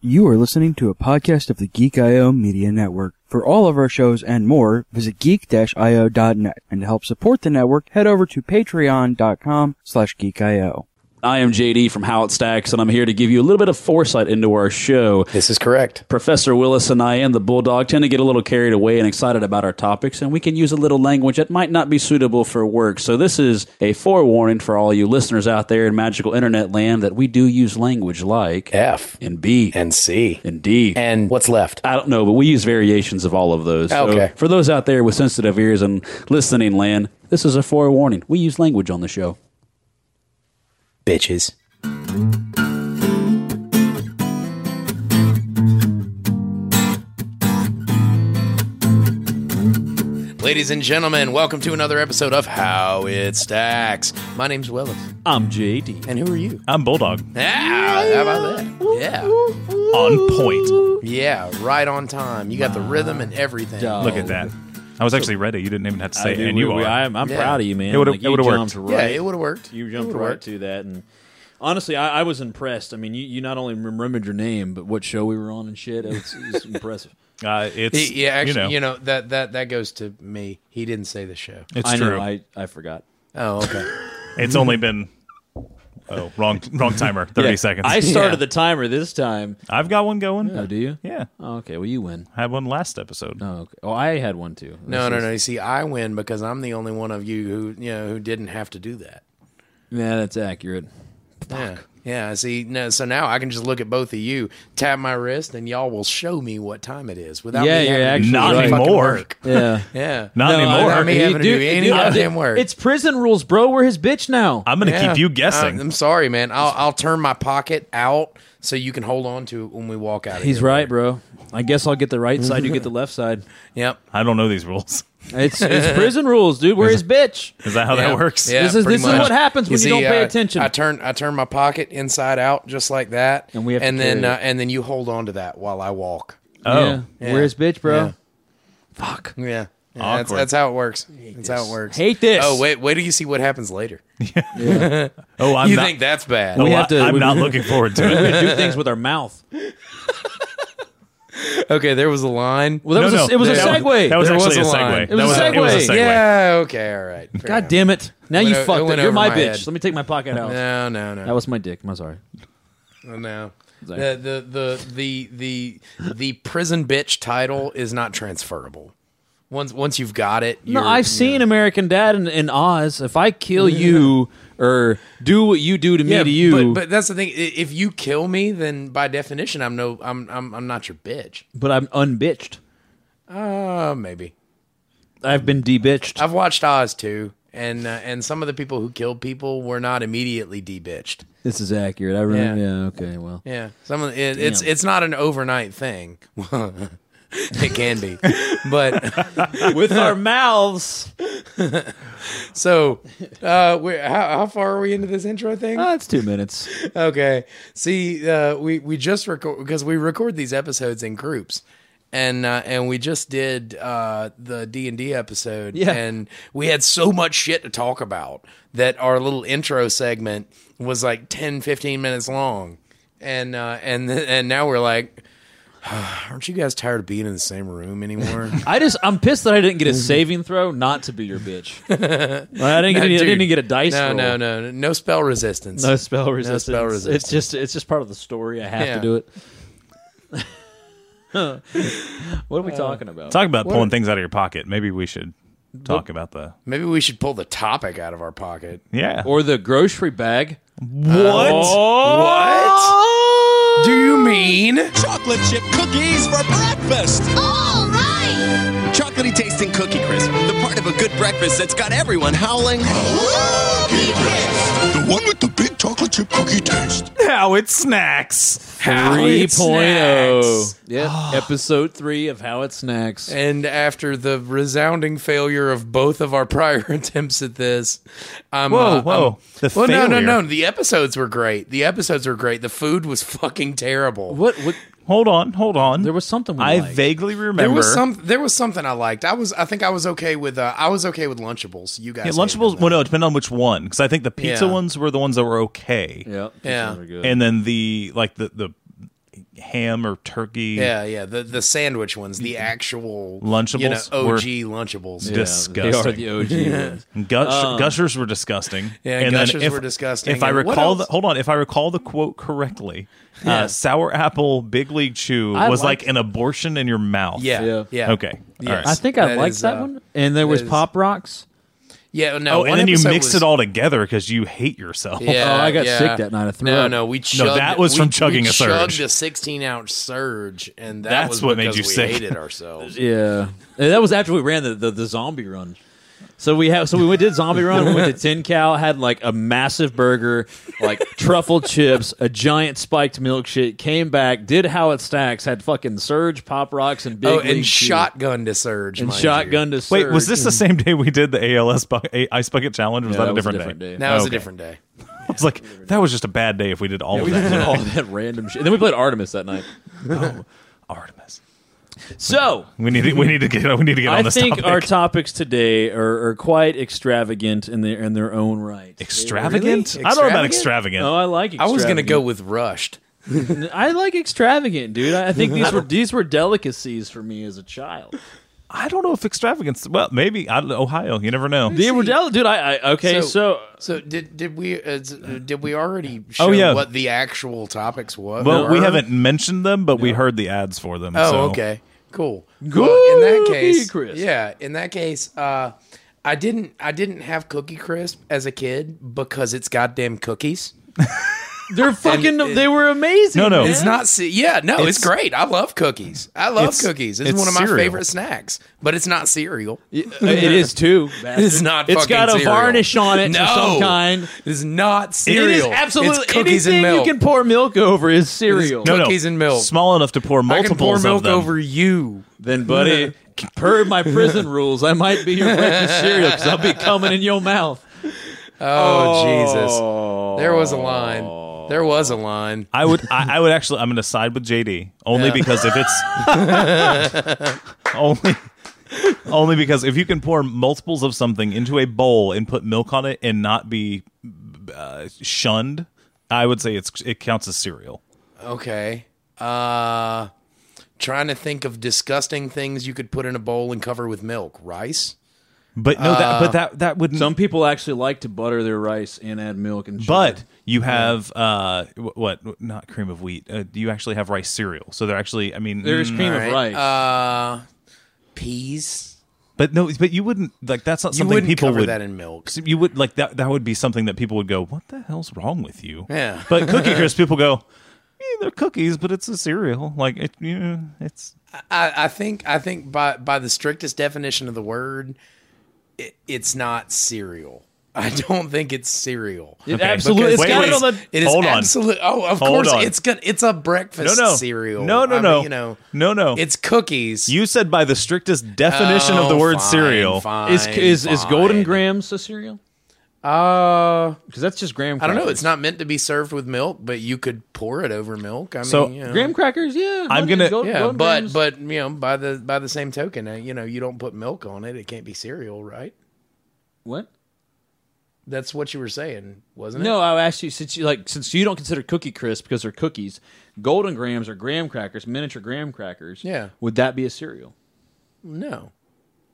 You are listening to a podcast of the Geek IO Media Network. For all of our shows and more, visit geek-io.net. And to help support the network, head over to patreon.com slash geekio. I am JD from How It Stacks, and I'm here to give you a little bit of foresight into our show. This is correct. Professor Willis and I and the Bulldog tend to get a little carried away and excited about our topics, and we can use a little language that might not be suitable for work. So, this is a forewarning for all you listeners out there in magical internet land that we do use language like F and B and C. and D. And what's left? I don't know, but we use variations of all of those. So Okay. for those out there with sensitive ears and listening land, this is a forewarning. We use language on the show. Bitches. Ladies and gentlemen, welcome to another episode of How It Stacks. My name's Willis. I'm JD. And who are you? I'm Bulldog. Ah, how about that? Yeah. On point. Yeah, right on time. You got the rhythm and everything. Look at that. I was actually ready. You didn't even have to say it, and you are. I'm, I'm Yeah. proud of you, man. It would've- Like, it you would've jumped worked. Right, Yeah, it would have worked. you It jumped would've right worked. to that, and honestly, I, I was impressed. I mean, you, you not only remembered your name, but what show we were on and shit. It was, it was impressive. uh, it's He- yeah, you actually, know, you know, that, that, that goes to me. He didn't say the show. it's I true. know. I, I forgot. Oh, okay. it's only been oh wrong wrong timer. Thirty Yeah, seconds. I I, started Yeah. the timer this time. have got one going. Oh, do you? Yeah, Oh, okay. Well, you win. I had one last episode. Oh, okay. oh I had one too. This No, no, is- no. You see, I win because I'm the only one of you who you know who didn't have to do that. Yeah, that's accurate. Yeah, yeah. See, no. So now I can just look at both of you, tap my wrist, and y'all will show me what time it is without Yeah, me you're having to do actually Not any fucking anymore. work. Yeah. Yeah, Not No, I- anymore. Without I, me You having to do- do any dude, goddamn work. It's prison rules, bro. We're his bitch now. am going to Yeah. um, keep you guessing. I'm sorry, man. I'll I'll turn my pocket out so you can hold on to it when we walk out. Of He's here. right, bro. I guess I'll get the right side. You get the left side. Yep. I don't know these rules. It's, it's prison rules, dude. We're his bitch. Is that how Yeah. that works? Yeah, This is- pretty this is much. what happens when you don't pay attention. I turn I turn my pocket inside out just like that, And we have to and then carry uh, and then you hold on to that while I walk. Oh, Yeah. We're his bitch, bro. Yeah. Fuck. Yeah. Yeah, that's, Awkward. that's how it works. That's how it works. Hate this. Oh wait, wait till you see what happens later. oh, I'm you not. think that's bad? oh, We have I- to- I'm we- not looking forward to it. We do things with our mouth. Okay, there was a line. Well, that No, was no, a, it was a that segue. That was There actually was a a line. segue. It That was a It was a segue. segue. yeah. Okay. All right. Fair God enough. damn it! Now you Went o- it fucked went it. You're over my, my bitch. head. Let me take my pocket out. No, no, no. That was my dick. I'm sorry. no. Sorry. The, the the the the the prison bitch title is not transferable. Once once you've got it, No, you're- I've seen American Dad and, and Oz. If I kill you or do what you do to me to you, But, but that's the thing. I- If you kill me, then by definition, I'm no, I'm I'm I'm not your bitch. but I'm unbitched. Uh, maybe. I've been debitched. I've watched Oz too, and uh, and some of the people who killed people were not immediately debitched. This is accurate. I remember. Yeah. Yeah. Okay. Well. Yeah, some of the, it, it's it's not an overnight thing. it can be, but With our mouths. so uh, we how, how far are we into this intro thing? Oh, it's two minutes. Okay. See, uh, we we just record because we record these episodes in groups, and uh, and we just did uh, the D and D episode, Yeah. and we had so much shit to talk about that our little intro segment was like 10, 15 minutes long, and uh, and th- and now we're like. Aren't you guys tired of being in the same room anymore? I just I'm pissed that I didn't get Mm-hmm. a saving throw not to be your bitch. I didn't get any, I Dude. didn't even get a dice No, roll. no, no, no spell resistance. No spell resistance. spell resistance. It's just it's just part of the story. I have Yeah. to do it. what are we talking about? Talk about pulling things out of your pocket. Maybe we should talk about the Maybe we should pull the topic out of our pocket. yeah. or the grocery bag. what? What? Do you mean? chocolate chip cookies for breakfast. All right. Chocolatey tasting cookie crisp, the part of a good breakfast that's got everyone howling. Cookie crisp, the one with the big chocolate chip cookie taste. How it snacks. Three Snacks. Yeah, episode three of How It Snacks. And after the resounding failure of both of our prior attempts at this, I'm Whoa, uh, whoa. The I'm- well, no, no, no. failure. The episodes were great. The episodes were great. The food was fucking terrible. what? What? Hold on, hold on. There was something we I liked. vaguely remember. There was some. There was something I liked. I was. I think I was okay with. Uh, I was okay with Lunchables. You guys. Yeah, hated Lunchables. them. Well, no, it depended on which one, because I think the pizza Yeah. ones were the ones that were okay, Yeah, Yeah. those are good. and then the like the the ham or turkey. Yeah, yeah. The the sandwich ones, the actual you know, Lunchables were- OG lunchables. Yeah. Disgusting. They are the OG ones. Gush, gushers were disgusting. Um, Yeah, gushers were disgusting. If I And what recall, else? the, hold on. If I recall the quote correctly, uh, sour apple big league chew I was liked- like an abortion in your mouth. Yeah, Yeah. yeah. Okay. All right. Yes. I think I That liked is, that uh, one. And there was is- Pop Rocks. Yeah, no. oh, and one then you episode mixed was- it all together because you hate yourself. Yeah, Oh, I got yeah. sick that night. I threw no, up. no, we chugged, that was we- from chugging we a surge. chugged a sixteen ounce surge, and that That's was what made because you we sick. Hated ourselves. Yeah, And that was after we ran the, the, the zombie run. So we have so we went did zombie run. We went to Tin Cow, had like a massive burger, like truffle chips, a giant spiked milkshake. Came back, did how it stacks, had fucking surge, pop rocks, and big oh, League and Chew. shotgun to surge, and mind you. shotgun to surge. Wait, was this the same day we did the ALS bu- A- ice bucket challenge? Or was Yeah, that that a was a different, different day. day? That was Okay. a different day. I was like, that was just a bad day if we did all of that. all that random shit? And then we played Artemis that night. Artemis. So We need to, we need to get we need to get on I this think topic. our topics today are, are quite extravagant in their in their own right. extravagant? Really? I don't know about They- extravagant. Oh, I like. I was gonna extravagant. go with rushed. I like extravagant, dude. I I think these were these were delicacies for me as a child. I don't know if extravagance. Well, maybe I don't know, Ohio. You never know. They were del- dude. I, I okay. So, Oh, so did did we uh, s- uh, did we already show yeah. what the actual topics was? Well, we were? haven't mentioned them, but we heard the ads for them. Oh, so. okay, cool. Well, in that Cookie case, Crisp. yeah, in that case, uh, I didn't I didn't have Cookie Crisp as a kid because it's goddamn cookies. they're fucking. they were amazing. No, no. man. It's not, ce- yeah, no, it's, great. I love cookies. I love It's- cookies. It's, it's one of my cereal. favorite snacks, but it's not cereal. It is too. bastard. It's not. It's fucking got a cereal. varnish on it no, of some kind. It's not cereal. It is absolutely It's cookies anything and milk. you can pour milk over is cereal. No, no. Cookies and milk. Small enough to pour I multiples can pour of milk them. over you. Then, buddy, per my prison rules, I might be your breakfast cereal because I'll be coming in your mouth. Oh, Jesus! There was a line. There was a line. I would. I, I would actually. I'm going to side with JD only Yeah. because if it's only. Only because if you can pour multiples of something into a bowl and put milk on it and not be uh, shunned, I would say it's it counts as cereal. Okay. Uh trying to think of disgusting things you could put in a bowl and cover with milk. Rice? But no, that Uh, but that that wouldn't. Some people actually like to butter their rice and add milk and. Sugar. But you have uh wh- what not cream of wheat. Uh, you actually have rice cereal. So they're actually I mean there's mm, cream of rice. Right. Uh peas. But no, but you wouldn't like that's not You something wouldn't people cover would that in milk. you would like that that would be something that people would go, "What the hell's wrong with you?" Yeah. But cookie crisp people go, eh, "They're cookies, but it's a cereal." Like it you know, it's I, I think I think by by the strictest definition of the word, it, it's not cereal. I don't think it's cereal. It Okay. absolutely. Because- it's wait, got wait. it on the. It is Hold on. absolute. Oh, of Hold course, on. it's good. It's a breakfast no, no. cereal. No, I no, mean, no. you know, No, no. it's cookies. you said by the strictest definition of the Oh, word fine, cereal. Fine, Is is, is golden fine. grams a cereal? Uh, Because that's just graham. I Crackers. don't know. It's not meant to be served with milk, but you could pour it over milk. I mean, So- you know, graham crackers. Yeah, I'm honey, gonna- Golden, yeah, Golden but Grahams. but you know, by the by the same token, uh, you know, you don't put milk on it. It can't be cereal, right? what? That's what you were saying, wasn't it? No, I asked you since you like since you don't consider cookie crisp because they're cookies. Golden grams are graham crackers, miniature graham crackers. Yeah. would that be a cereal? no,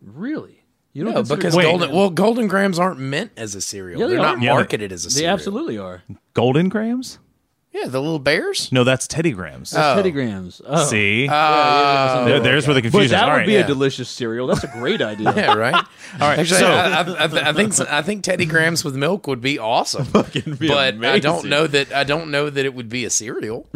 Really? You no, consider because Wait. golden well, golden grams aren't meant as a cereal. Yeah, they They're are. not Yeah, they- marketed as a They cereal. absolutely are. Golden grams? yeah, the little bears. No, that's Teddy grams. That's Teddy grams. Oh. See? Uh, There- there's where the But confusion is. that All would right. be yeah. a delicious cereal. That's a great idea. yeah, right. All right, Actually, so- I, I, I, I think I think Teddy Grahams with milk would be awesome, but I don't amazing. know that I don't know that it would be a cereal.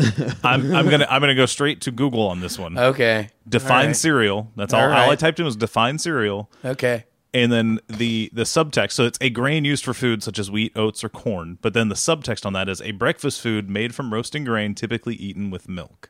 I'm, I'm gonna I'm gonna go straight to Google on this one. Okay, define All right. cereal. That's all. All All I right. typed in was define cereal, Okay. and then the the subtext. So it's a grain used for food such as wheat, oats, or corn. But then the subtext on that is a breakfast food made from roasting grain, typically eaten with milk.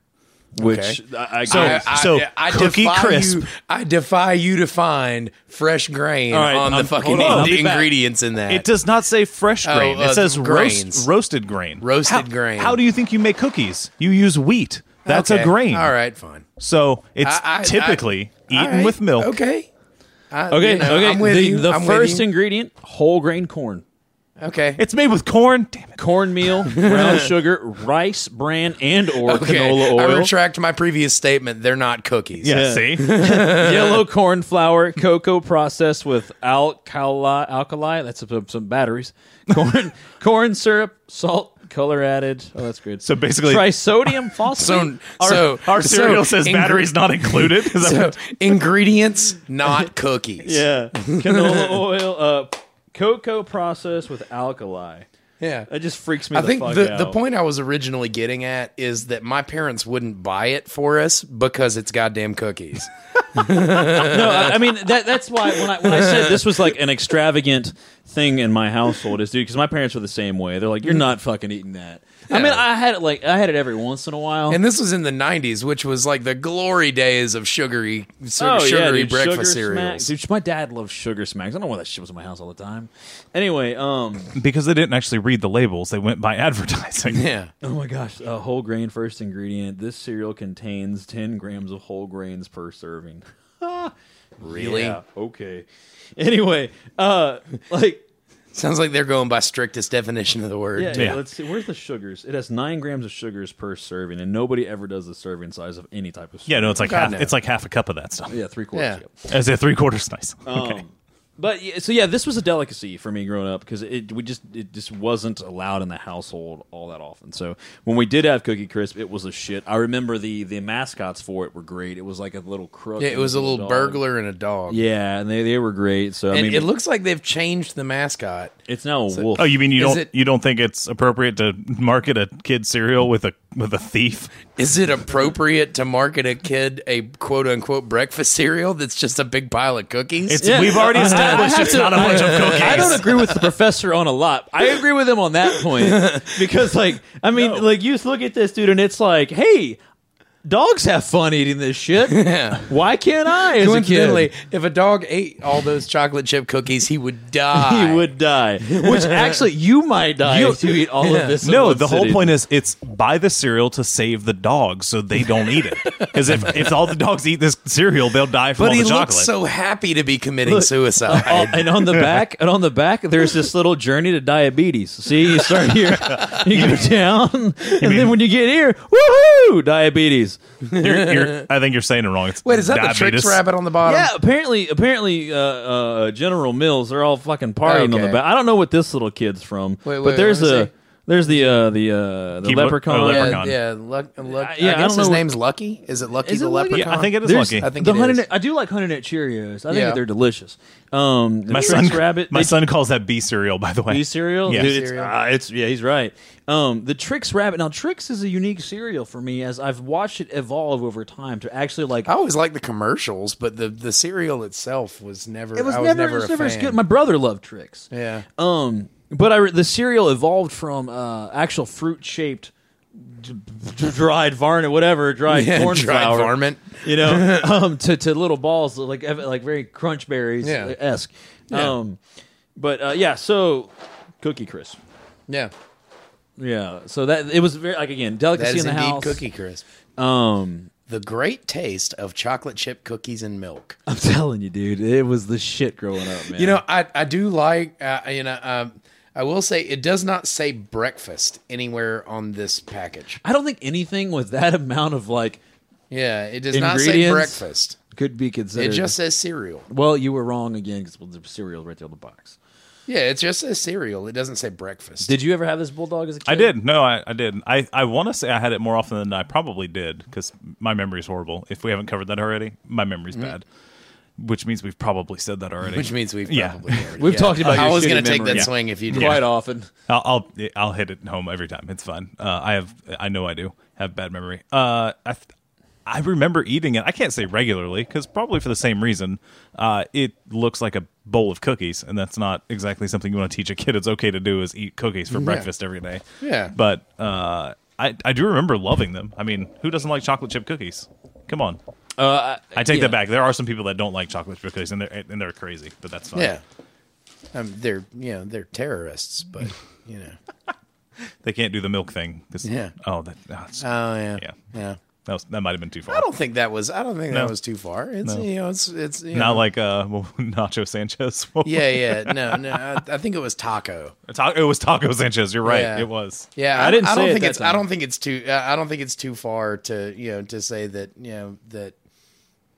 Which Okay. I, I So- guess- so Cookie defy Crisp. You, I defy you to find fresh grain right, on the I'm- fucking hold on, I'll in- be back. ingredients in that. It does not say fresh Oh, grain. it uh, says roast, grains. roasted grain. Roasted How- grain. How do you think you make cookies? You use wheat. That's Okay. a grain. All right, fine. So it's I- I- typically All eaten right, with milk. Okay. I, okay, you know, okay. I'm with the you. the I'm with first you. ingredient, whole grain corn. Okay. It's made with corn. Damn it. cornmeal, brown sugar, rice bran, and or canola I oil, retract my previous statement. They're not cookies. Yeah, see? yellow corn flour, cocoa processed with alkali. Alkali. That's some, some batteries. Corn, corn syrup, salt, color added. Oh, that's good. So basically- trisodium phosphate. So, so Our so cereal says ing- batteries not included. Is that so what- ingredients, not cookies. yeah, canola oil, uh, cocoa processed with alkali. yeah. That just freaks me. I the think fuck the, the out. point I was originally getting at is that my parents wouldn't buy it for us because it's goddamn cookies. no, I, I mean that. That's why when I when I said this was like an extravagant thing in my household is dude because my parents were the same way. They're like, you're not fucking eating that. I mean, Yeah. I had it like I had it every once in a while. and this was in the 90s, which was like the glory days of sugary, su- sugary Oh, dude, breakfast sugar cereals. Smacks. Dude, my dad loves sugar smacks. I don't know why that shit was in my house all the time. Anyway, um, because they didn't actually read the labels, they went by advertising. Yeah. oh my gosh, uh, whole grain first ingredient. This cereal contains ten grams of whole grains per serving. Really? Yeah. Okay. Anyway, uh, like Sounds like they're going by strictest definition of the word. Yeah, Yeah. yeah, Let's see. Where's the sugars? It has nine grams of sugars per serving, and nobody ever does the serving size of any type of. Yeah, no, it's like God, half. no. It's like half a cup of that stuff. yeah, three quarters. Yeah. yeah. Is it three quarters nice? Oh. okay. Um, but yeah, so yeah, this was a delicacy for me growing up because it we just it just wasn't allowed in the household all that often. So when we did have Cookie Crisp, it was a shit. I remember the the mascots for it were great. It was like a little crook. Yeah, and it was a little dog. burglar and a dog. Yeah, and they, they were great. So I And mean, it looks like they've changed the mascot. it's now a wolf. Oh, you mean you Is don't it- you don't think it's appropriate to market a kid cereal with a with a thief? Is it appropriate to market a kid a quote unquote breakfast cereal that's just a big pile of cookies? It's we've already established have it's to- not a bunch of cookies. I don't agree with the professor on a lot. I agree with him on that point because, like, I mean, like, you just look at this dude, and it's like, hey, dogs have fun eating this shit. Why can't I? As a Coincidentally, kid? if a dog ate all those chocolate chip cookies, he would die. he would die. Which actually, you might die if you eat all of this. in No, one the whole sitting. point is it's buy the cereal to save the dogs so they don't eat it. Because if, if all the dogs eat this cereal, they'll die from But all he the looks chocolate. so happy to be committing suicide. Oh, and on the back, and on the back, there's this little journey to diabetes. See, you start here, you go down, and then when you get here, woohoo, diabetes. You're- you're- I think you're saying it wrong. It's Wait, is that diabetes. the tricks rabbit on the bottom? Yeah, apparently, apparently, uh, uh, General Mills, they're all fucking partying on the Okay. back. I don't know what this little kid's from, Wait, wait, but there's let me a see. there's the uh, the uh, the Keep look- leprechaun. oh, leprechaun. Yeah, yeah, Luck, Luck, yeah, I I guess don't his know- name's Lucky. Is it Lucky Is it the Lucky? Leprechaun? Yeah, I think it is There's- lucky. I think the it honey is. Nut- I do like honey nut Cheerios. I Yeah. think they're delicious. Um, the My Trix son, rabbit. my they- son calls that B cereal. By the way, Bee cereal, Yes. Dude, it's, Cereal. ah, it's- yeah, he's right. Um, the Trix rabbit. Now, Trix is a unique cereal for me as I've watched it evolve over time to actually like I always liked the commercials, but the, the cereal itself was never. It was I never, it was a never as fan. good. My brother loved tricks. Yeah. Um, but I re- the cereal evolved from uh, actual fruit shaped d- d- dried varnish, whatever dried Yeah, corn dried flour, varmint. you know, um, to to little balls like ev- like very crunch berries Yeah. esque. Um, but uh, yeah, so cookie crisp. yeah, Yeah, so that it was very like again that delicacy is in the indeed house. Cookie Crisp. Um, The great taste of chocolate chip cookies and milk. I'm telling you, dude, it was the shit growing up, man. You know, I I do like uh, you know. Um, I will say it does not say breakfast anywhere on this package. I don't think anything with that amount of like Yeah, it does not say Ingredients? breakfast. could be considered. It just says cereal. Well, you were wrong again because the cereal right there on the box. Yeah, it just says cereal. It doesn't say breakfast. Did you ever have this bulldog as a kid? I did. No, I, I did. I, I want to say I had it more often than I probably did because my memory is horrible. If we haven't covered that already, my memory's bad, which means we've probably said that already. Which means we've Yeah. probably already- We've yeah. talked about. I your was going gonna to take that Yeah. swing if you did. quite often. I'll, I'll I'll hit it home every time. It's fun. Uh, I have I know I do have bad memory. Uh, I th- I remember eating it. I can't say regularly because probably for the same reason. Uh, it looks like a bowl of cookies, and that's not exactly something you want to teach a kid. It's okay to do is eat cookies for breakfast every day. Yeah. but uh, I I do remember loving them. I mean, who doesn't like chocolate chip cookies? Come on. Uh, I take yeah. that back. There are some people that don't like chocolate chip cookies, and they're and they're crazy, but that's fine. Yeah. Um, they're you know they're terrorists, but you know. they can't do the milk thing. 'cause- Yeah. Oh, that, that's Oh yeah. Yeah. Yeah. That, was, that might have been too far. I don't think that was. I don't think No. that was too far. It's you know, it's it's you Not know. like uh, Nacho Sanchez. What was- Yeah, yeah, no, no. I, I think it was taco. Ta- It was Taco Sanchez. You're right. Yeah. It was. Yeah, I didn't I say don't it think that it's. I time. don't think it's too. Uh, I don't think it's too far to you know to say that you know that.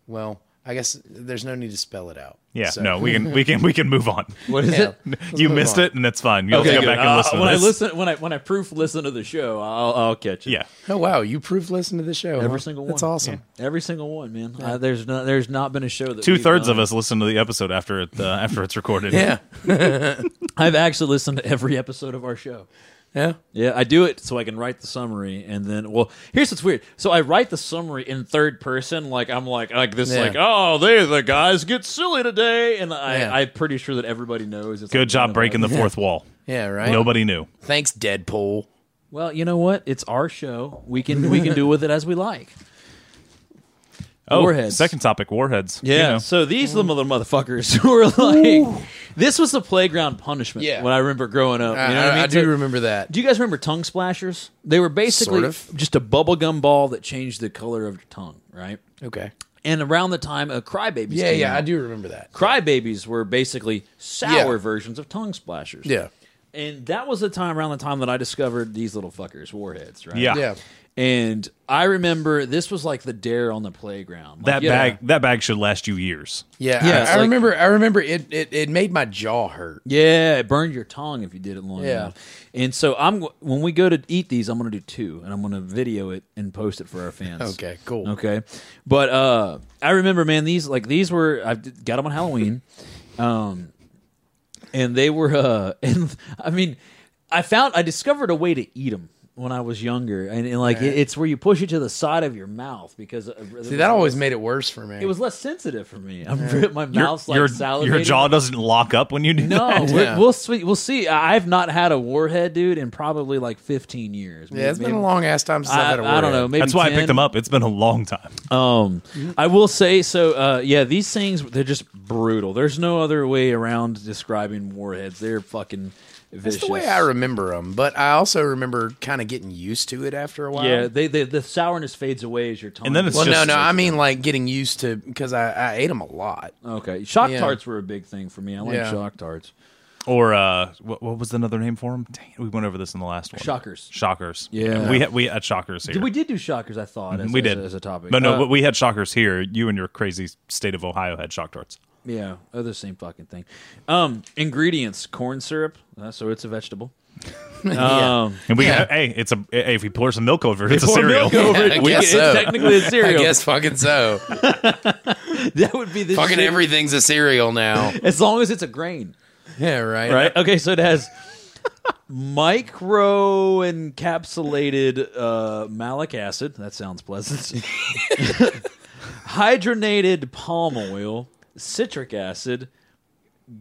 Well, I guess there's no need to spell it out. Yeah. So- No, we can we can we can move on. What is Yeah. it? Let's you move missed on. it, and that's fine. You'll have to go back and Uh, listen. when to this. I listen, when I when I proof listen to the show, I'll, I'll catch it. Yeah. Oh wow, you proof listen to the show. every huh? single one. That's awesome. Yeah. Every single one, man. Uh, there's not there's not been a show that Two thirds we've of done. us listen to the episode after it uh, after it's recorded. Yeah, I've actually listened to every episode of our show. yeah. Yeah, I do it so I can write the summary, and then well, here's what's weird. So I write the summary in third person, like I'm like like this, Yeah. like oh, they the guys get silly today, and I Yeah. I'm pretty sure that everybody knows. It's Good job breaking the fourth wall. Yeah, right. Nobody knew. Thanks, Deadpool. Well, you know what? It's our show. We can we can do with it as we like. Oh, Warheads. second topic: warheads. You Yeah. know. So these Mm-hmm. are the mother motherfuckers who are like, this was the playground punishment. Yeah. When I remember growing up, I, you know what I I- mean? I do So- remember that. Do you guys remember tongue splashers? They were basically Sort of. just a bubblegum ball that changed the color of your tongue, right? Okay. And around the time of Crybabies Yeah, came yeah, out, I do remember that. Crybabies were basically sour Yeah. versions of tongue splashers. Yeah, And that was the time around the time that I discovered these little fuckers, warheads, right? Yeah. yeah. And I remember this was like the dare on the playground. Like, That yeah. bag that bag should last you years. Yeah, Yeah, I, it's I like- remember. I remember it, it. It made my jaw hurt. Yeah, it burned your tongue if you did it long Yeah. enough. And so I'm when we go to eat these, I'm going to do two, and I'm going to video it and post it for our fans. Okay, cool. Okay, but uh, I remember, man, these like these were I did- got them on Halloween, um, and they were uh, and I mean, I found I discovered a way to eat them when I was younger, and, and like it, it's where you push it to the side of your mouth because uh, See, that always made it worse for me. it was less sensitive for me. I'm my mouth's your, like salivating. your jaw doesn't lock up when you do No, that. we- Yeah. Oh, we'll see. We'll see. I- I've not had a warhead, dude, in probably like 15 years. Yeah, it's been a long ass time since I, have I, had a I don't know. warhead. Maybe That's why I picked 10. them up. It's been a long time. Um, I will say so. Uh, yeah, these things they're just brutal. There's no other way around describing warheads. They're fucking vicious. That's the way I remember them, but I also remember kind of getting used to it after a while. Yeah, they, they the sourness fades away as your tongue. And then it's Well, just no, no. I mean, like getting used to because I, I ate them a lot. okay. Shock Yeah. tarts were a big thing for me. I like Yeah. shock tarts. or uh, what, what was another name for them? Dang, we went over this in the last one. Shockers. Shockers. Yeah. we had, we had shockers here. We did do shockers. I thought Mm-hmm. as, we as did a, as a topic. But no, Uh, but we had shockers here. You and your crazy state of Ohio had shock darts. Yeah, oh, the same fucking thing. Um, ingredients: corn syrup, uh, so it's a vegetable. Um, And we Yeah. hey, it's a hey, if we pour some milk over it, it's a Pour cereal. milk over it. I We guess can- it's so. technically a cereal. I guess fucking so. That would be the fucking shit. everything's a cereal now. As long as it's a grain, Yeah, right. right? Okay, so it has micro encapsulated uh, malic acid. That sounds pleasant. Hydrogenated palm oil, citric acid,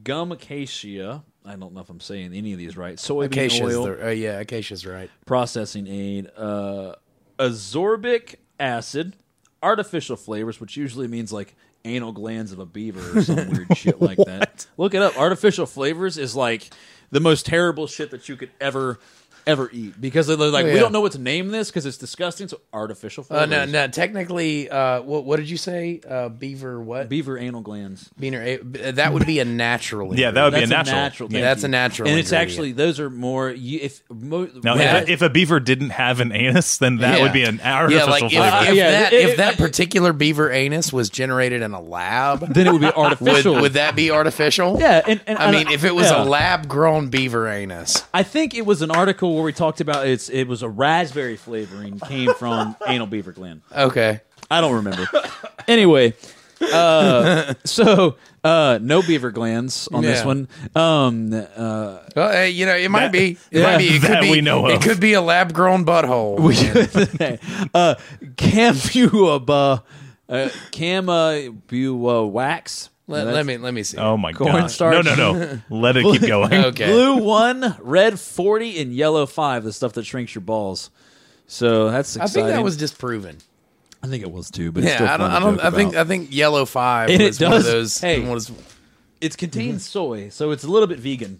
gum acacia. I don't know if I'm saying any of these right. Soybean Acacia's oil. the, uh, yeah, acacia's right. processing aid, uh, azorbic acid, artificial flavors, which usually means like anal glands of a beaver or some weird shit like that. Look it up. Artificial flavors is like the most terrible shit that you could ever ever eat because they're like we Oh, yeah. don't know what to name this because it's disgusting. So artificial Uh, flavors. no, no. Technically, uh, what, what did you say? Uh, beaver what? Beaver anal glands. Beaner. uh, That would be a natural. Yeah, that would be a That's natural. thank That's you. a natural and it's ingredient. actually those are more. You, if mo- Now, yeah, if, a, if a beaver didn't have an anus, then that would be an artificial Yeah, like if, flavor. if Yeah, that it- if that it- particular beaver anus was generated in a lab, then it would be would, artificial. would that be artificial? yeah, and, and I mean, if it was yeah. a lab grown beaver anus, I think it was an article where we talked about it's it was a raspberry flavoring came from anal beaver gland. okay. I don't remember. Anyway, uh, so uh, no beaver glands on this Yeah. one. Um, uh, Well, hey, you know, it might be. It yeah, might be. It could that be. we know it of. could be a lab grown butthole. uh, camuaba, uh, camabua wax. let, That's- let me let me see. oh my god! No, cornstarch. no, no. Let it keep going. okay. Blue one, red forty, and yellow five. The stuff that shrinks your balls. So that's I exciting. think that was disproven. I think it was too, but it's Yeah, still I don't. fun to I, don't joke I think. about. I think yellow five And it was one of does- those. hey. was- Mm-hmm. It contains soy, so it's a little bit vegan.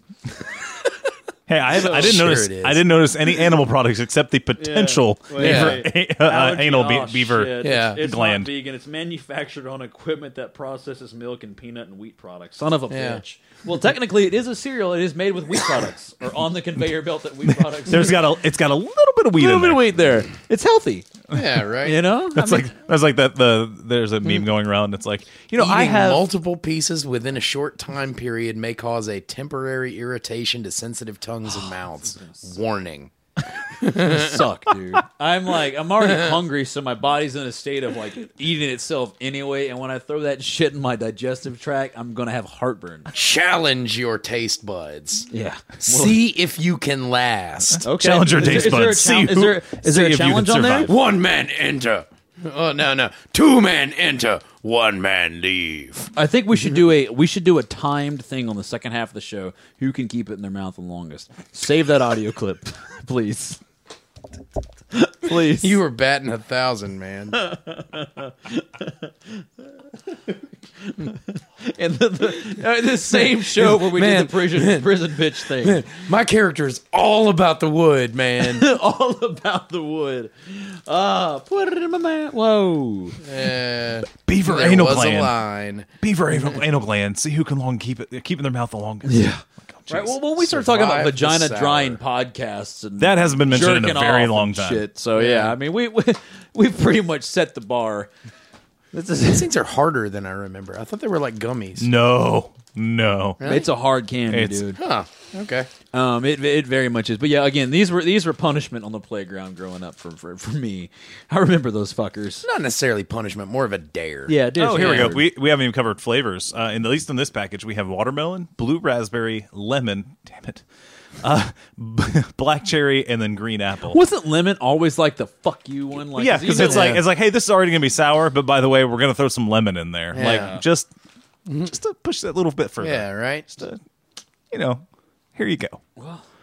Hey, I, I didn't Sure notice. it is. I didn't notice any animal products except the potential Yeah. for a- uh, anal be- beaver. Yeah. Oh, It's gland. not vegan. It's manufactured on equipment that processes milk and peanut and wheat products. Son of a Yeah. bitch. Well, technically, it is a cereal. It is made with wheat products or on the conveyor belt that wheat products. There's got a. It's got a little bit of weed. a little in bit there. of wheat there. It's healthy. Yeah, right. You know, That's like that's like that. The there's a meme going around. It's like you know Eating I have multiple pieces within a short time period may cause a temporary irritation to sensitive tongues and mouths. Warning. suck, dude. I'm like, I'm already hungry, so my body's in a state of like eating itself anyway. And when I throw that shit in my digestive tract, I'm gonna have heartburn. Challenge your taste buds. Yeah. See if you can last. Okay. Challenge your Is there- taste is there a buds. See chal- is who- there- is there see a if you can challenge on there? survive. One man enter. Oh no no! Two men enter. One man leave. I think we should do a we should do a timed thing on the second half of the show. Who can keep it in their mouth the longest? Save that audio clip, please. please. You were batting a thousand, man. and the, the, uh, the same show where we Man. did the prison prison bitch thing. My character is all about the wood, man. All about the wood. Ah, put it in my mouth. Whoa. Uh, beaver there anal was a gland. line. Beaver anal, anal gland. See who can long keep it keep in their mouth the longest. Yeah. Oh, Right. jeez. Well, when we start talking about Survive the vagina sour. drying podcasts, and That hasn't been mentioned in a jerking very off long and time. Shit. So yeah, I mean, we we we've pretty much set the bar. This These is things are harder than I remember. I thought they were like gummies. No, no. it's a hard candy, It's- dude. Huh. Okay. Um, it it very much is. But yeah, again, these were these were punishment on the playground growing up for for, for me. I remember those fuckers. Not necessarily punishment, more of a dare. Yeah. Dude, Oh, here we go. yeah. We, we haven't even covered flavors. Uh, and at least in this package, we have watermelon, blue raspberry, lemon. Damn it. Uh, black cherry, and then green apple. Wasn't lemon always like the fuck you one? Like, Yeah, because you it's know- like it's like, hey, this is already gonna be sour, but by the way, we're gonna throw some lemon in there. Yeah. Like just just to push that little bit further. Yeah, right? To, you know, here you go.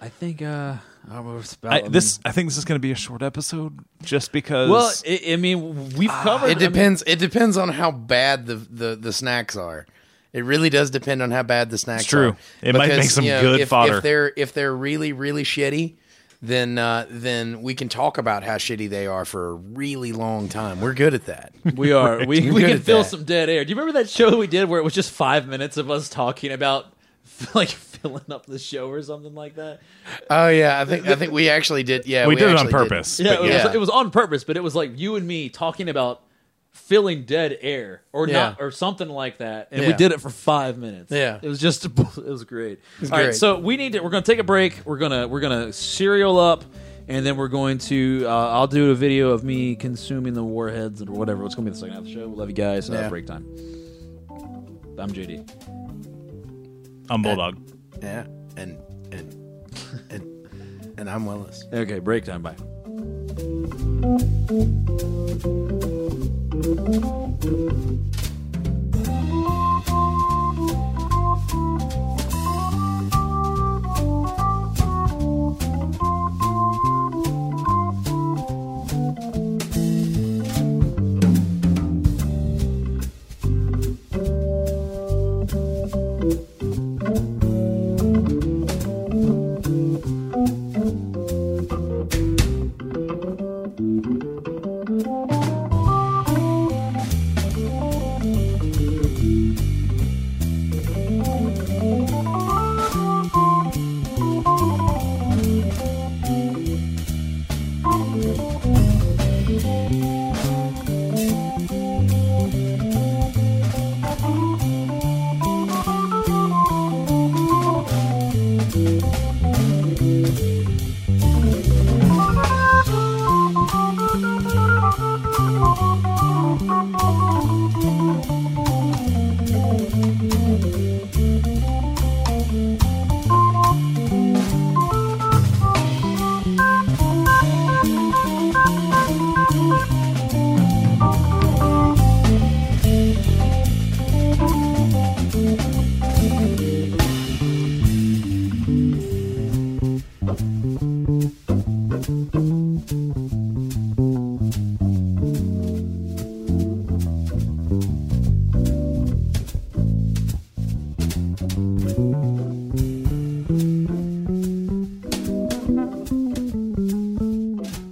I think uh, I was about I, this I think this is gonna be a short episode, just because. Well, I I mean, we've covered. Uh, It depends. It depends on how bad the, the, the snacks are. It really does depend on how bad the snacks. true. Are. It might make some good if, fodder. If they're if they're really really shitty, then uh, then we can talk about how shitty they are for a really long time. We're good at that. We are. We, You're we good can at fill that. some dead air. Do you remember that show we did where it was just five minutes of us talking about like filling up the show or something like that? oh yeah, I think I think we actually did. Yeah, we, did it on actually purpose. Yeah, but it, yeah. Was, it was on purpose, but it was like you and me talking about filling dead air or Yeah. not or something like that. And we Yeah. did it for five minutes. Yeah. It was just it was great. All right, great. so we need to we're gonna take a break. We're gonna we're gonna cereal up and then we're going to uh, I'll do a video of me consuming the warheads or whatever. It's gonna be the second half of the show. We love you guys. Uh, Yeah. break time. I'm JD. I'm bulldog. did. Yeah, and and and and I'm Willis. Okay, break time. Bye.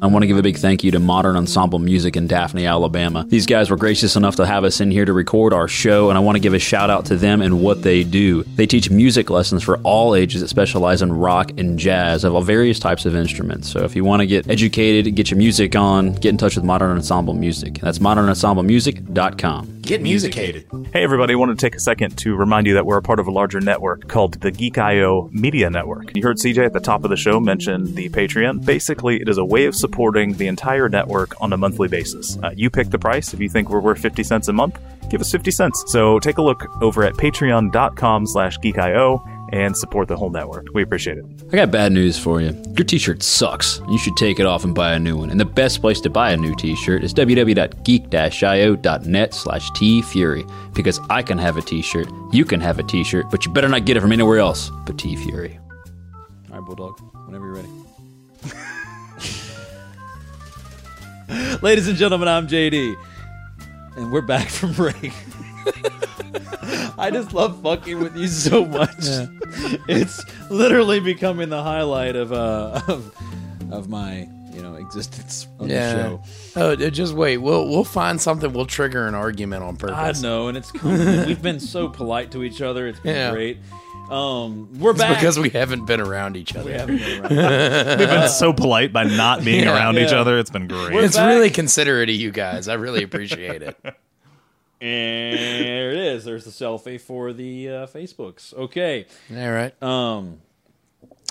want to give a big thank you to Modern Ensemble Music in Daphne, Alabama. These guys were gracious enough to have us in here to record our show, and I want to give a shout out to them and what they do. They teach music lessons for all ages that specialize in rock and jazz of all various types of instruments. So if you want to get educated, get your music on, get in touch with Modern Ensemble Music. That's modernensemblemusic.com. Get musicated. Hey, everybody, I want to take a second to remind you that we're a part of a larger network called the Geek IO Media Network. You heard CJ at the top of the show mention the Patreon. Basically, it is a way of supporting the entire network on a monthly basis. Uh, you pick the price. If you think we're worth 50 cents a month, give us 50 cents. So take a look over at patreon.com slash geekio and support the whole network. We appreciate it. I got bad news for you. Your t shirt sucks. You should take it off and buy a new one. And the best place to buy a new t shirt is www.geek io.net slash T Fury. Because I can have a t shirt, you can have a t shirt, but you better not get it from anywhere else but T Fury. All right, Bulldog, whenever you're ready. Ladies and gentlemen, I'm JD, and we're back from break. I just love fucking with you so much. It's literally becoming the highlight of uh, of, of my you know existence on the show. Oh, d- just wait. We'll we'll find something. We'll trigger an argument on I purpose. know, and it's cool. we've been so polite to each other. It's been Yeah. great. Um, we're back Because we haven't been around each other. We haven't been around. We've been so polite by not being Yeah, around each yeah. other. It's been great. We're- It's Back. really considerate of you guys. I really appreciate it. And there it is. There's the selfie for the uh, Facebooks. Okay. All right. Um,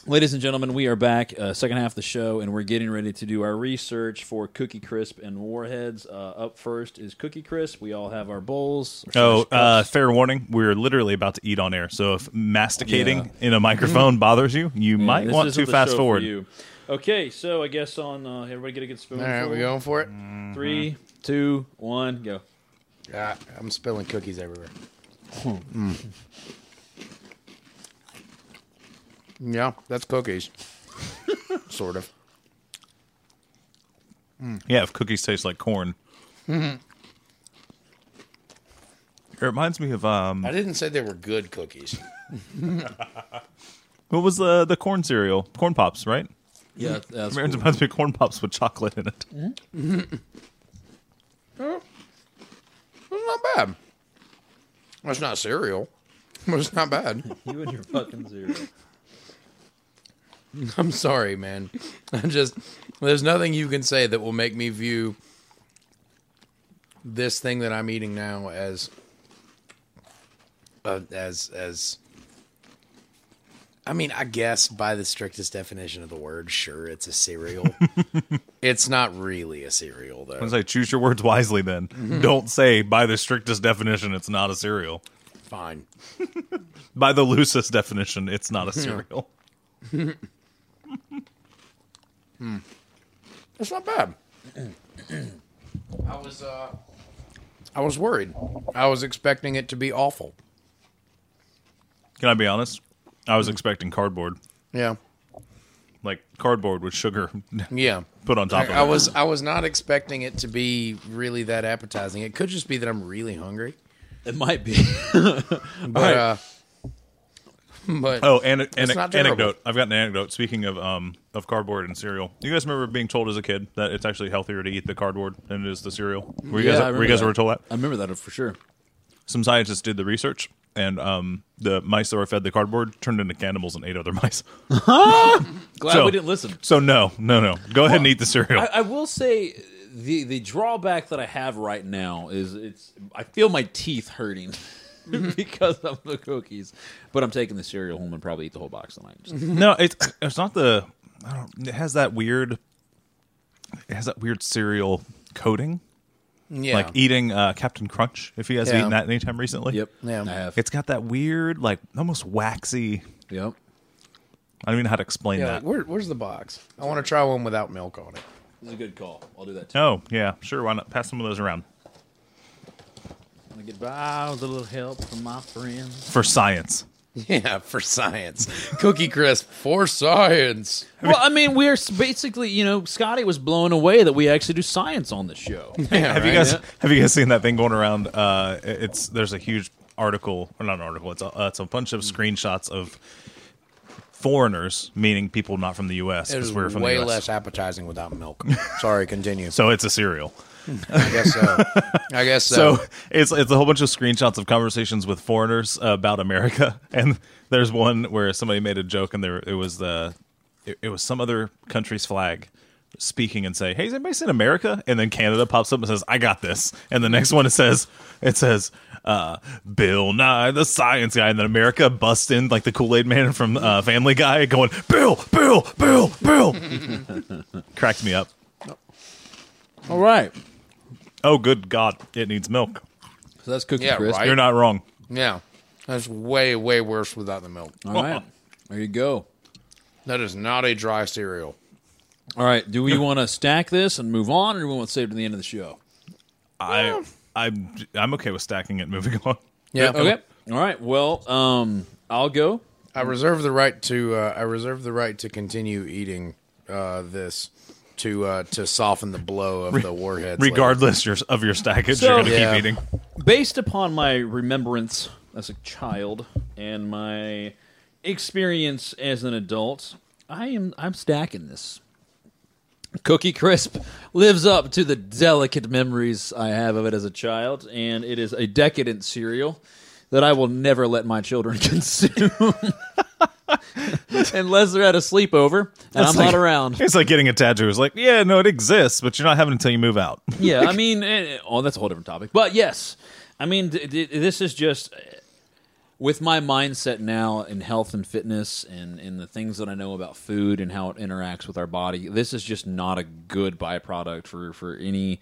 ladies and gentlemen, we are back, uh, second half of the show, and we're getting ready to do our research for Cookie Crisp and Warheads. Uh, up first is Cookie Crisp. We all have our bowls. or Oh, slash uh, cups. fair warning. We're literally about to eat on air. So if masticating in a microphone bothers you, you might This want isn't to the fast show for forward. you. Okay, so I guess on uh, everybody get a good spoon. All right. We going for it? Three, two, one, go. Ah, I'm spilling cookies everywhere. Hmm. Mm. Yeah, that's cookies. sort of. Yeah, if cookies taste like corn. Mm-hmm. it reminds me of um, I didn't say they were good cookies. what was the the corn cereal? Corn pops, right? Yeah, that's It reminds me of corn pops with chocolate in it. It's not bad. It's not cereal, but it's not bad. you and your fucking zero. I'm sorry, man. I just there's nothing you can say that will make me view this thing that I'm eating now as uh, as as I mean, I guess by the strictest definition of the word, sure, it's a cereal. it's not really a cereal though. I say, choose your words wisely. Then Mm-hmm. don't say by the strictest definition it's not a cereal. Fine. By the loosest definition, it's not a cereal. It's not bad. I was uh I was worried. I was expecting it to be awful. Can I be honest? I Mm-hmm. was expecting cardboard, Yeah. like cardboard with sugar Yeah. put on top I, of it. I was I was not expecting it to be really that appetizing. It could just be that I'm really hungry. It might be. But uh but Oh, and, and not terrible. anecdote. I've got an anecdote. Speaking of um of cardboard and cereal, you guys remember being told as a kid that it's actually healthier to eat the cardboard than it is the cereal. Were you Yeah, I guys were remember you guys that. ever told that? I remember that for sure. Some scientists did the research, and um the mice that were fed the cardboard turned into cannibals and ate other mice. Glad So- we didn't listen. So no, no, no. Go ahead and eat the cereal. I, I will say the the drawback that I have right now is it's I feel my teeth hurting Mm-hmm. because of the cookies, but I'm taking the cereal home and probably eat the whole box tonight. Just- no, it's it's not the. I don't, it has that weird. It has that weird cereal coating, yeah. like eating uh, Captain Crunch. If you guys have Yeah. eaten that anytime recently, yep, Yeah. I have. It's got that weird, like almost waxy. yep. I don't even know how to explain yeah, that. where, where's the box? I want to try one without milk on it. This is a good call. I'll do that too. Oh yeah, sure. Why not pass some of those around I'm gonna get by with a little help from my friends. for science? Yeah, for science. Cookie crisp for science. Well, I mean, we're s- basically, you know, Scotty was blown away that we actually do science on the show. Yeah, Have you right? guys have you guys seen that thing going around? Uh, it's there's a huge article or not an article. It's a, uh, it's a bunch of screenshots of foreigners, meaning people not from the U.S. It was because we're from way the U.S. less appetizing without milk. Sorry, continue. So it's a cereal. I guess so. I guess uh, so. So it's it's a whole bunch of screenshots of conversations with foreigners about America, and there's one where somebody made a joke, and there it was the it, it was some other country's flag speaking and say, "Hey, has anybody seen America?" And then Canada pops up and says, "I got this," and the next one it says it says. Uh, Bill Nye, the science guy, and then America busts in like the Kool Aid Man from uh, Family Guy, going Bill, Bill, Bill, Bill. Cracked me up. All right. Oh, good God, it needs milk. So that's Cookie Yeah, Crisp. right. You're not wrong. yeah, that's way way worse without the milk. All right. There you go. That is not a dry cereal. All right. Do we want to stack this and move on, or do we want to save it to the end of the show? I I'm I'm okay with stacking it. Moving on. Yeah. Okay. All right. Well, um, I'll go. I reserve the right to. Uh, I reserve the right to continue eating uh, this to uh, to soften the blow of the warheads. later. Regardless your, of your stackage, you're gonna Yeah. keep eating. Based upon my remembrance as a child and my experience as an adult, I am I'm stacking this. Cookie Crisp lives up to the delicate memories I have of it as a child, and it is a decadent cereal that I will never let my children consume unless they're at a sleepover and I'm not like- around. It's like getting a tattoo. It's like, yeah, no, it exists, but you're not having it until you move out. yeah, I mean, eh, eh, oh, that's a whole different topic. But yes, I mean, th- th- this is just eh, with my mindset now in health and fitness and in the things that I know about food and how it interacts with our body. This is just not a good byproduct for for any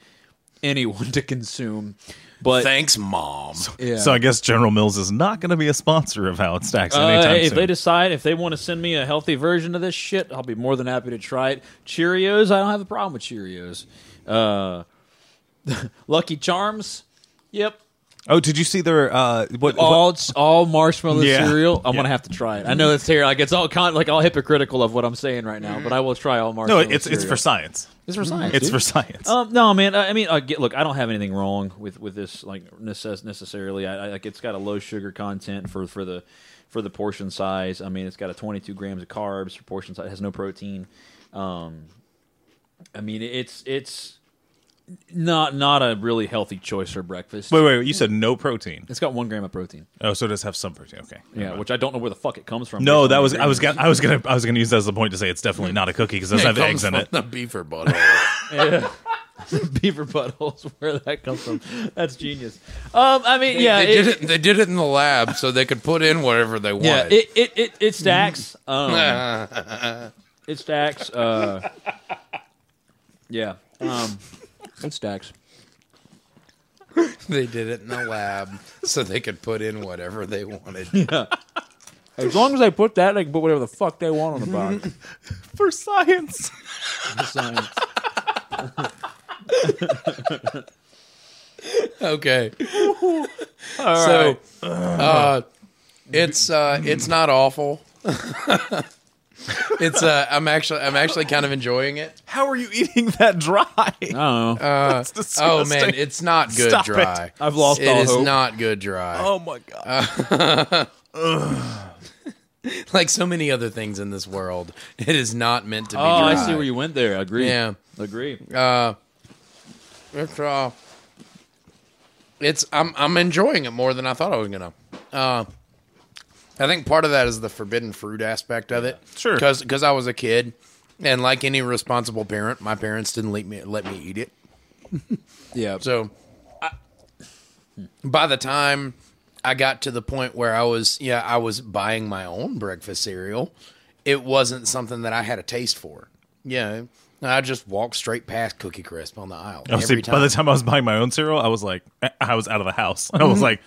anyone to consume. But Thanks, mom. yeah. So I guess General Mills is not going to be a sponsor of how it stacks Uh, anytime if soon. they decide if they want to send me a healthy version of this shit, I'll be more than happy to try it. Cheerios, I don't have a problem with Cheerios. Uh, Lucky Charms, yep, oh, did you see their uh, what? all all marshmallow Yeah. cereal. I'm Yeah. gonna have to try it. I know it's here. Like it's all con- like all hypocritical of what I'm saying right now, but I will try all no, marshmallow. it's it's cereal. for science. It's for science. It's dude. for science. Um, no, man. I, I mean, I get, look, I don't have anything wrong with with this like necess- necessarily. I, I like it's got a low sugar content for for the for the portion size. I mean, it's got a 22 grams of carbs for portion size. It has no protein. Um, I mean, it's it's not not a really healthy choice for breakfast. wait, wait, wait, you said no protein. It's got one gram of protein. Oh, so it does have some protein. Okay. Yeah, which I don't know where the fuck it comes from. No, based that on was the I was ingredients. gonna I was gonna I was gonna use that as a point to say it's definitely not a cookie because it doesn't have eggs in it. The beaver butthole. beaver buttholes where that comes from. That's genius. Um, I mean, yeah, they, did it, it, they did it in the lab so they could put in whatever they wanted. Uh, yeah, it, it, it, it stacks. Um, it stacks. Uh, yeah, um, it stacks. they did it in the lab so they could put in whatever they wanted. As long as they put that, they can put whatever the fuck they want on the box. For science. okay. so uh, it's uh, it's not awful. it's uh, I'm actually I'm actually kind of enjoying it. How are you eating that dry? Oh, That's Oh disgusting. man, it's not good Stop it. dry. I've lost It all is hope. not good dry. Oh my god. Uh, Like so many other things in this world, it is not meant to be oh, dry. I see where you went there. Agree. Yeah. agree. It's uh, it's I'm I'm enjoying it more than I thought I was gonna. Uh, I think part of that is the forbidden fruit aspect of it. Sure. because I was a kid, and like any responsible parent, my parents didn't let me let me eat it. Yeah. So, I, by the time I got to the point where I was, yeah, I was buying my own breakfast cereal. It wasn't something that I had a taste for. Yeah, I just walked straight past Cookie Crisp on the aisle Oh, every see, time. Mm-hmm. By the time I was buying my own cereal, I was like, I was out of the house. I was like,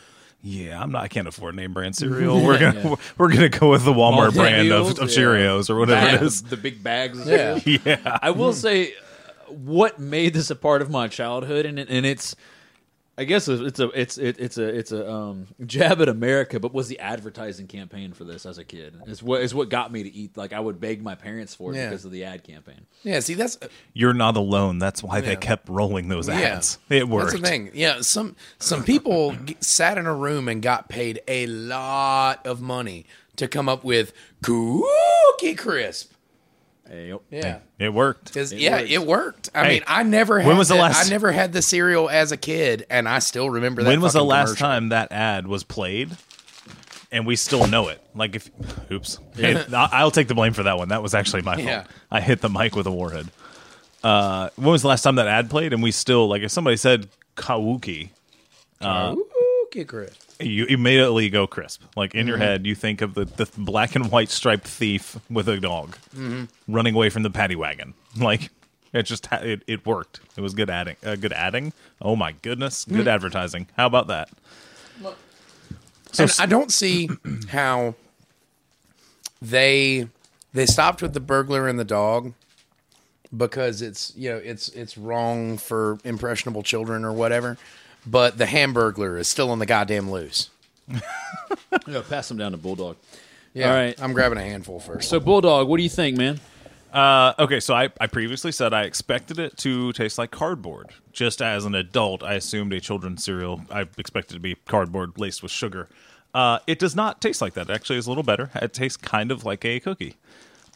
yeah, I'm not. I can't afford name brand cereal. We're gonna we're, we're gonna go with the Walmart Malted brand of, Deals, of yeah. Cheerios or whatever it is. the big bags. yeah. Yeah, I will say uh, what made this a part of my childhood, and, it- and it's I guess it's a it's it, it's a it's a um, jab at America, but was the advertising campaign for this as a kid? Is what is what got me to eat? Like I would beg my parents for it Yeah. because of the ad campaign. Yeah, see, that's You're not alone. That's why they Yeah. kept rolling those ads. It worked. That's the thing. Yeah, some some people g- sat in a room and got paid a lot of money to come up with Cookie Crisp. Yep. Yeah. It worked. 'Cause, yeah, works. it worked. I Hey, mean, I never had when was the last- I never had the cereal as a kid, and I still remember that. When was the fucking last commercial. time that ad was played? And we still know it. Like if, oops, Hey, I- I'll take the blame for that one. That was actually my fault. Yeah. I hit the mic with a warhead. Uh, when was the last time that ad played? And we still like if somebody said Kawuki, Cookie Crisp? you immediately go crisp. Like in your Mm-hmm. head, you think of the, the black and white striped thief with a dog Mm-hmm. running away from the paddy wagon. Like it just ha- it, it worked. It was good adding. Uh, good adding. Oh my goodness, good Mm. advertising. How about that? So and I don't see how they they stopped with the burglar and the dog because it's you know it's it's wrong for impressionable children or whatever. But the Hamburglar is still on the goddamn loose. Yeah, pass them down to Bulldog. Yeah, All right. I'm grabbing a handful first. So, Bulldog, what do you think, man? Uh, okay, so I, I previously said I expected it to taste like cardboard. Just as an adult, I assumed a children's cereal I expected to be cardboard laced with sugar. Uh, it does not taste like that. It actually is a little better. It tastes kind of like a cookie.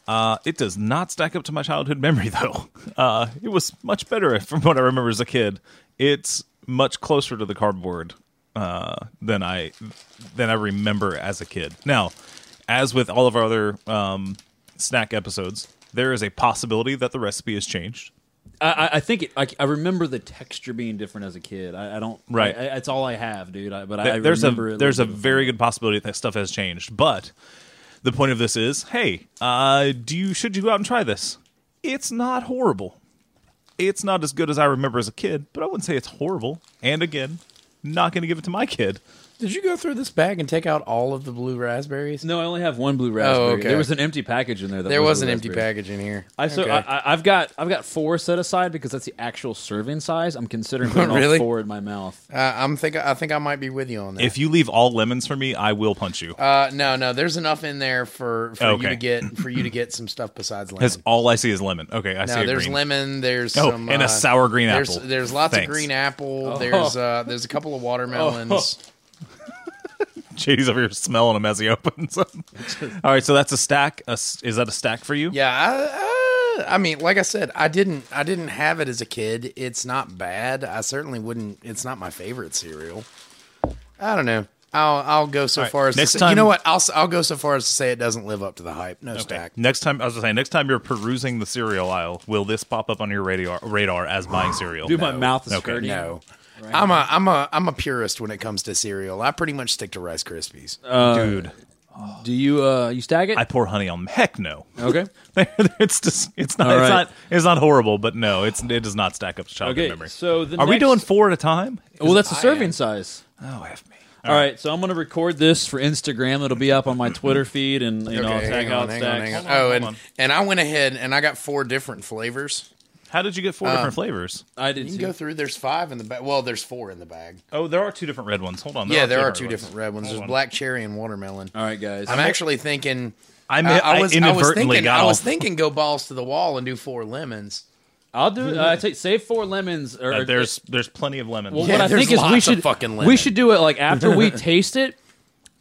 Uh, it does not stack up to my childhood memory though. Uh, it was much better from what I remember as a kid. It's much closer to the cardboard uh, than I than I remember as a kid. Now, as with all of our other um, snack episodes, there is a possibility that the recipe has changed. I, I- I think it, I, I remember the texture being different as a kid. I, I don't. Right. I, I- it's all I have, dude. I, but I Th- there's a remember it there's a little bit. very good possibility that stuff has changed. But the point of this is, hey, uh, do you should you go out and try this? It's not horrible. It's not as good as I remember as a kid, but I wouldn't say it's horrible. And again, not going to give it to my kid. Did you go through this bag and take out all of the blue raspberries? No, I only have one blue raspberry. Oh, okay. There was an empty package in there. That There was blue an empty raspberry. package in here. I so Okay. I, I- I've got I've got four set aside because that's the actual serving size. I'm considering putting all Really? four in my mouth. Uh, I'm think I think I might be with you on that. If you leave all lemons for me, I will punch you. uh, no, no, there's enough in there for, for you Okay. to get for you to get some stuff besides lemon. Because all I see is lemon. Okay, I see. No, a there's green. lemon. There's Oh, some and a uh, sour green there's, apple. There's lots Thanks. of green apple. There's uh, there's a couple of watermelons. JD's over here smelling them as he opens them. all right, so that's a stack. A s is that a stack for you? Yeah, I, uh, I mean, like I said, I didn't I didn't have it as a kid. It's not bad. I certainly wouldn't. It's not my favorite cereal. I don't know. I'll I'll go so right, far as next to say, time- you know what I'll s- I'll go so far as to say it doesn't live up to the hype. No Okay. stack. Next time, I was saying, next time you're perusing the cereal aisle, will this pop up on your radar, radar as buying cereal? Dude, my mouth is Okay. hurting. No. I'm a I'm a I'm a purist when it comes to cereal. I pretty much stick to Rice Krispies. dude. Do you uh you stag it? I pour honey on. 'em. Heck no. okay. it's just, it's not, All it's right. not, it's not horrible, but no, it's it does not stack up to childhood Okay. memory. So the Are we next- doing four at a time? Well, that's the serving size. Oh, f me. All right. so I'm gonna record this for Instagram. It'll be up on my Twitter feed, and you know I'll Okay, tag hang out on, hang on, stacks. hang on. Hold on, Oh, hold and on. and I went ahead and I got four different flavors. How did you get four different flavors? I did You can too. go through. There's five in the bag. Well, there's four in the bag. Oh, there are two different red ones. Hold on. yeah, there red are two ones. different red ones. Hold There's on. black cherry and watermelon. All right, guys. I'm actually thinking. I, I, mean, I was I was inadvertently thinking got I was all- thinking go balls to the wall and do four lemons. I'll do. it. I take save four lemons. Or, uh, there's there's plenty of lemon. Well, Yeah, what I there's think is we lots of should fucking we lemon. should do it like after we taste it,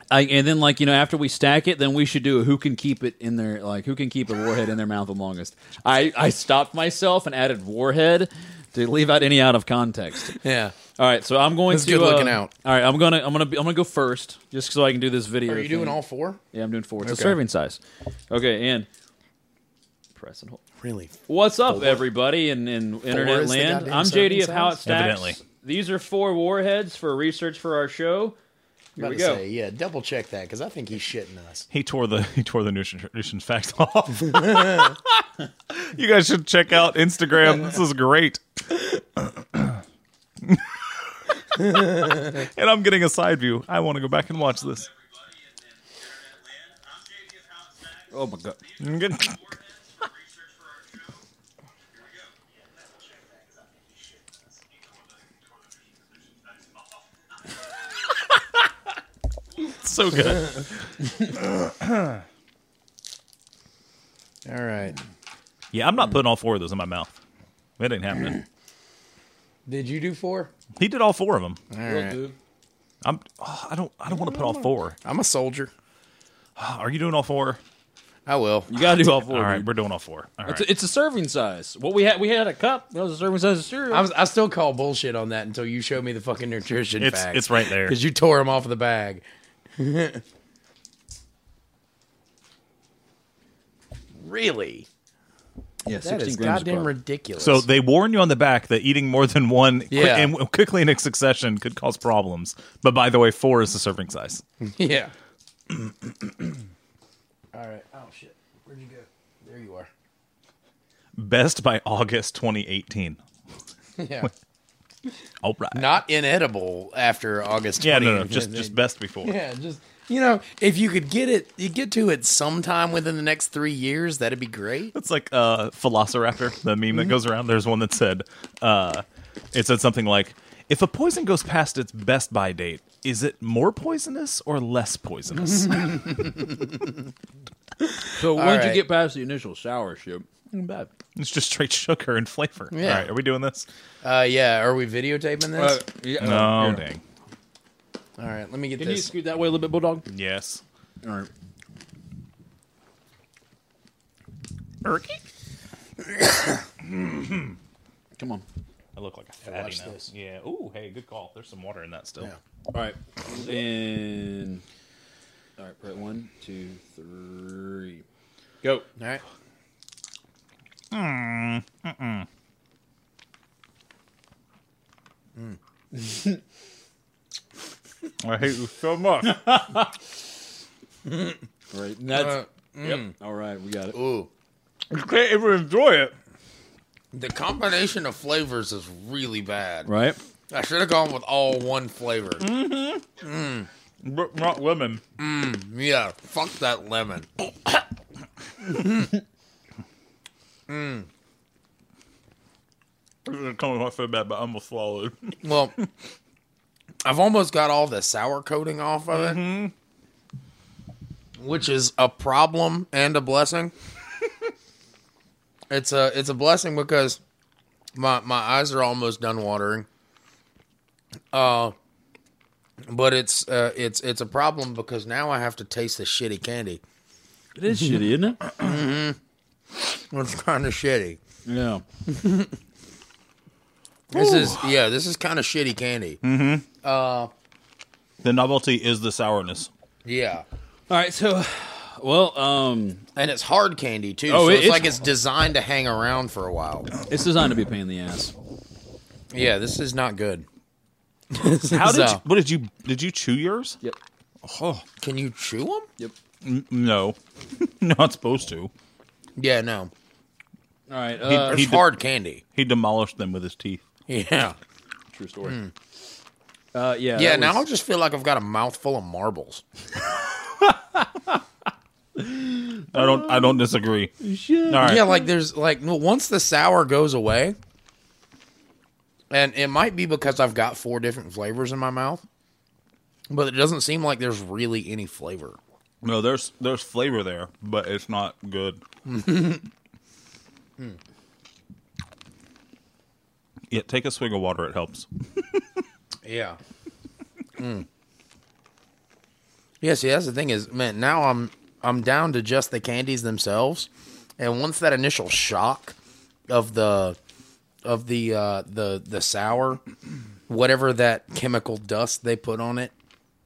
I, and then like you know after we stack it, then we should do a who can keep it in their like who can keep a warhead in their mouth the longest. I I stopped myself and added warhead to leave out any out of context. Yeah. All right, so I'm going That's to good looking uh, out. All right, I'm gonna I'm gonna be, I'm gonna go first just so I can do this video. Are you doing thing. all four? Yeah, I'm doing four. It's a Okay. serving size. Okay, and press and hold. Really? What's up, everybody in, in internet is the land? goddamn I'm JD of serving How It size? Stacks. Evidently. These are four warheads for research for our show. Here About we to go. say, yeah. Double check that because I think he's shitting us. He tore the he tore the nutrition facts off. you guys should check out Instagram. This is great. and I'm getting a side view. I want to go back and watch this. Oh my god. so good. All right. Yeah, I'm not putting all four of those in my mouth. It ain't happening. Did you do four? He did all four of them. All right. I'm. oh, I don't. I don't want to put all four. I'm a soldier. Are you doing all four? I will. You gotta do all four. All right, dude. we're doing all four. All right. It's, a, it's a serving size. What we had, we had a cup. That was a serving size of cereal. I, was, I still call bullshit on that until you show me the fucking nutrition It's facts. it's right there. because you tore them off of the bag. really? yeah, That is grams goddamn of carb. ridiculous. So they warn you on the back that eating more than one qui- Yeah. and quickly in succession could cause problems. But by the way, four is the serving size. yeah. All right. Oh shit. Where'd you go? There you are. Best by August 2018. Yeah. All right. Not inedible after August. 20th. yeah, no, no, just just best before. Yeah, just you know, if you could get it, you get to it sometime within the next three years. That'd be great. It's like uh, Velociraptor, the meme that goes around. There's one that said, uh, it said something like, if a poison goes past its best by date, is it more poisonous or less poisonous? So once right. you get past the initial sour shit, ain't bad. it's just straight sugar and flavor. Yeah. All right, are we doing this? Uh, yeah. Are we videotaping this? yeah, Oh, yeah. dang. Uh, All right. Let me get Can you this. scoot that way a little bit, bulldog? Yes. All right. Erky? Come on. I look like a fatty watch now. this. Yeah. Ooh, hey, good call. There's some water in that still. All right. And all right, Brett. One, two, three. Go. All right. I hate you so much. All right. and That's Uh, yep. All right. We got it. Ooh, you can't even enjoy it. the combination of flavors is really bad. Right. I should have gone with all one flavor. But not women. Yeah. Fuck that lemon. It's coming off so bad, but I'm gonna swallow it. Well, I've almost got all the sour coating off of it, Mm-hmm. which is a problem and a blessing. it's a it's a blessing because my my eyes are almost done watering. Uh, but it's uh it's it's a problem because now I have to taste the shitty candy. It is shitty, isn't it? It's kind of shitty. Yeah. This is yeah, this is kind of shitty candy. Mm. The novelty is the sourness. Yeah. All right. So, well, um, And it's hard candy too. Oh, so it- it's it's- like it's designed to hang around for a while. it's designed to be a pain in the ass. Yeah, this is not good. How did? So- You, what did you? Did you chew yours? Yep. Can you chew them? Yep. No, not supposed to. Yeah, no. All right. Uh, It's He did- hard candy. He demolished them with his teeth. Yeah. true story. Uh, yeah. Yeah, that now I was- just feel like I've got a mouthful of marbles. I don't. I don't disagree. All right. Yeah, like there's like no once the sour goes away, and it might be because I've got four different flavors in my mouth, but it doesn't seem like there's really any flavor. No, there's there's flavor there, but it's not good. yeah, take a swig of water. It helps. Yeah. Yeah, see, that's the thing is, man. Now I'm I'm down to just the candies themselves, and once that initial shock of the of the uh, the the sour, whatever that chemical dust they put on it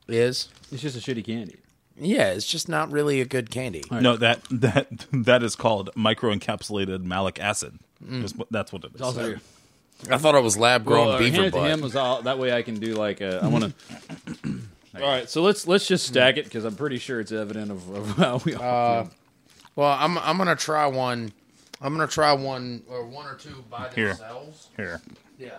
is, It's just a shitty candy. yeah, it's just not really a good candy. No, that that that is called microencapsulated malic acid. Is what- that's what it is. Also, I thought it was lab grown well, uh, hand beaver it to him butt. was all, that way I can do like uh, I Hmm. want to. all right, so let's let's just stack it because I'm pretty sure it's evident of, of how we all. feel. Well, I'm I'm gonna try one. I'm gonna try one or one or two by Here. themselves. Here, Yeah.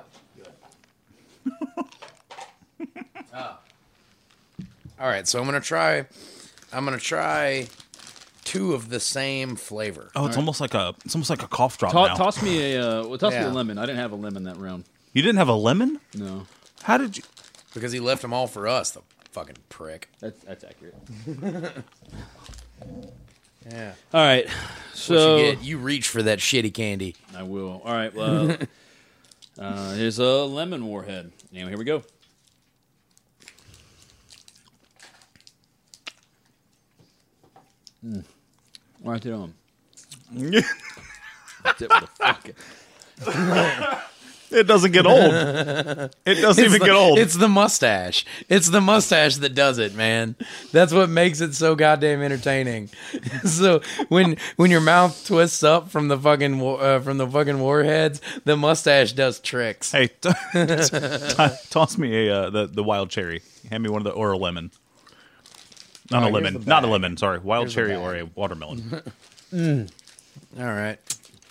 All right, so I'm gonna try. I'm gonna try two of the same flavor. Oh, it's almost like a it's almost like a cough drop To- now. toss me a uh, well, toss me Yeah. a lemon. I didn't have a lemon that round. You didn't have a lemon? No, How did you? because he left them all for us. The Fucking prick. That's, that's accurate. Yeah. All right. So you, get, you reach for that shitty candy. I will. All right. Well, uh, here's a lemon warhead. Anyway, here we go. Mm. Right there on. That's it with a fucking- It doesn't get old. It doesn't even the, get old. It's the mustache. It's the mustache that does it, man. That's what makes it so goddamn entertaining. so when when your mouth twists up from the fucking wa- uh, from the fucking warheads, the mustache does tricks. Hey, t- t- toss me a uh, the the wild cherry. Hand me one of the or a lemon. Not a lemon. Not a lemon. Sorry, wild cherry or a watermelon. All right.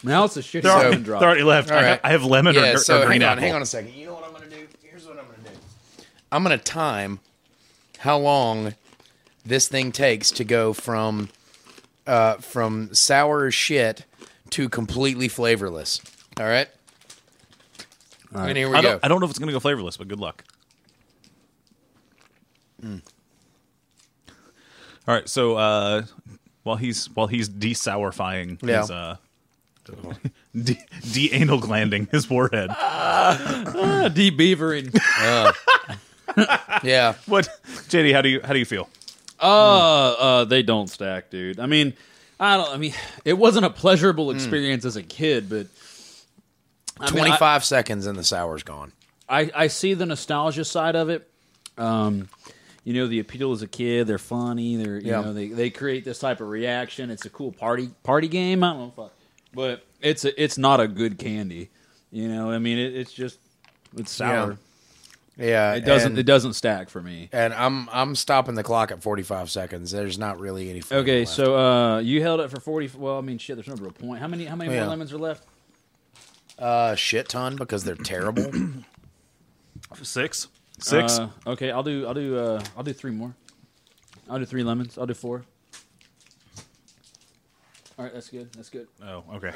now it's a shit. They're already, lemon they're drop. already left. I, right. ha- I have lemon or, Yeah. gr- so or green hang on, apple. hang on a second. You know what I'm gonna do? Here's what I'm gonna do. I'm gonna time how long this thing takes to go from uh, from sour as shit to completely flavorless. All right. And here we I go. don't, I don't know if it's gonna go flavorless, but good luck. Hmm. All right, so uh, while he's while he's desourifying Yeah. his uh, de- de-anal glanding his forehead, de-beavering. yeah. what JD? How do you how do you feel? Uh, uh, they don't stack, dude. I mean, I don't. I mean, it wasn't a Hmm. pleasurable experience as a kid, but I mean, I- 25 seconds and the sour's gone. I, I see the nostalgia side of it. Um, you know, the appeal as a kid, they're funny, they're you Yeah. know, they, they create this type of reaction. It's a cool party party game. I don't know fuck. But it's a, it's not a good candy. You know, I mean it, it's just it's sour. Yeah. It doesn't And, it doesn't stack for me. and I'm I'm stopping the clock at 45 seconds. There's not really any. flavor Okay, left. so uh you held it for forty well, I mean shit, there's no real point. How many how many Yeah. more lemons are left? uh, shit ton because they're terrible. Six, six. Uh, okay, I'll do I'll do uh I'll do three more. I'll do three lemons. I'll do four. All right, that's good. That's good. oh, okay,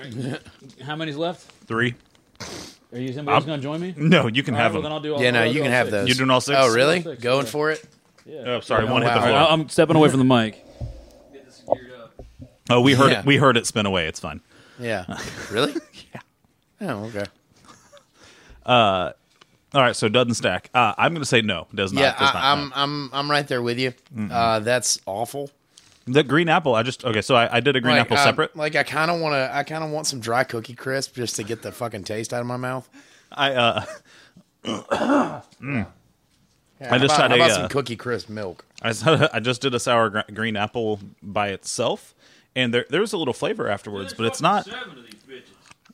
How many's left? three. Are you somebody who's I'm- going to join me? No, you can All right, have well, them. then I'll do all, yeah, no, I'll do you can all have six. those. You're doing all six? Oh, really? Six, Going yeah. for it? oh, sorry, one hit wow. the All floor. right, I'm stepping away from the mic. oh, we heard Yeah. it. We heard it spin away. It's fine. Yeah. really? Yeah. Oh, okay. All right, so doesn't stack. Uh, I'm going to say no. Does not. yeah, does not, I, I'm no. I'm I'm right there with you. Uh, that's awful. the green apple. I just okay. So I, I did a green Like, apple uh, separate. Like I kind of want to. I kind of want some dry cookie crisp just to get the fucking taste out of my mouth. I uh, Yeah, how just about, had how a, about uh, some cookie crisp milk. I, s- I just did a sour gr- green apple by itself, and there there's a little flavor afterwards, but it's not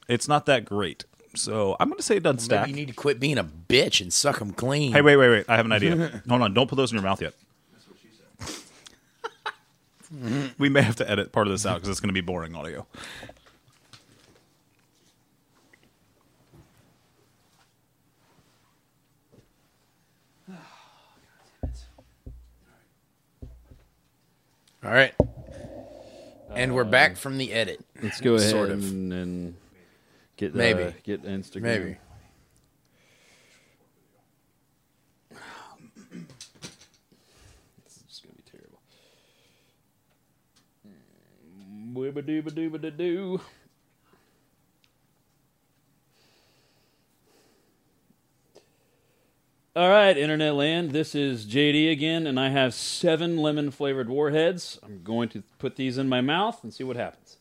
it's not that great. So I'm going to say it doesn't Maybe stack. you need to quit being a bitch and suck them clean. hey, wait, wait, wait. I have an idea. Hold on. Don't put those in your mouth yet. we may have to edit part of this out because it's going to be boring audio. All right. And we're back from the edit. let's go ahead Sort of. and, and get uh, Maybe. get Instagram. Maybe. It's gonna be terrible. Wibba dooba dooba da doo. All right, Internet Land. This is JD again, and I have seven lemon flavored warheads. I'm going to put these in my mouth and see what happens.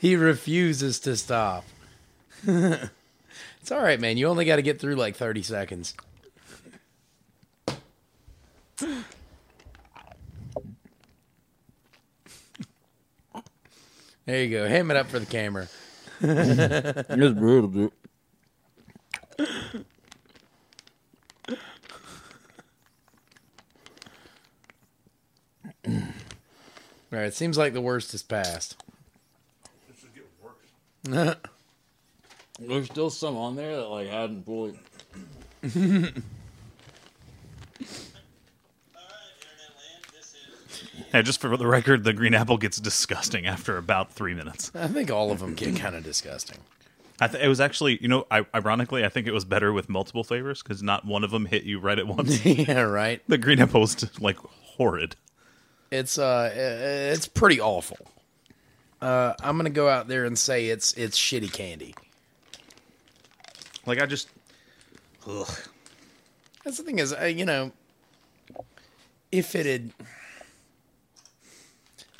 He refuses to stop. it's all right, man. You only got to get through like 30 seconds. There you go. Ham it up for the camera. It's brutal, dude. All right. Seems like the worst is past. There's still some on there that like hadn't fully. All right, Internet Land, this is Now, just for the record, the green apple gets disgusting after about three minutes. I think all of them get kind of disgusting. I th- it was actually, you know, I- ironically, I think it was better with multiple flavors because not one of them hit you right at once. yeah, right. the green apple was just, like horrid. It's uh, i- it's pretty awful. Uh, I'm gonna go out there and say it's it's shitty candy. Like I just, That's the thing is, uh, you know, if it had,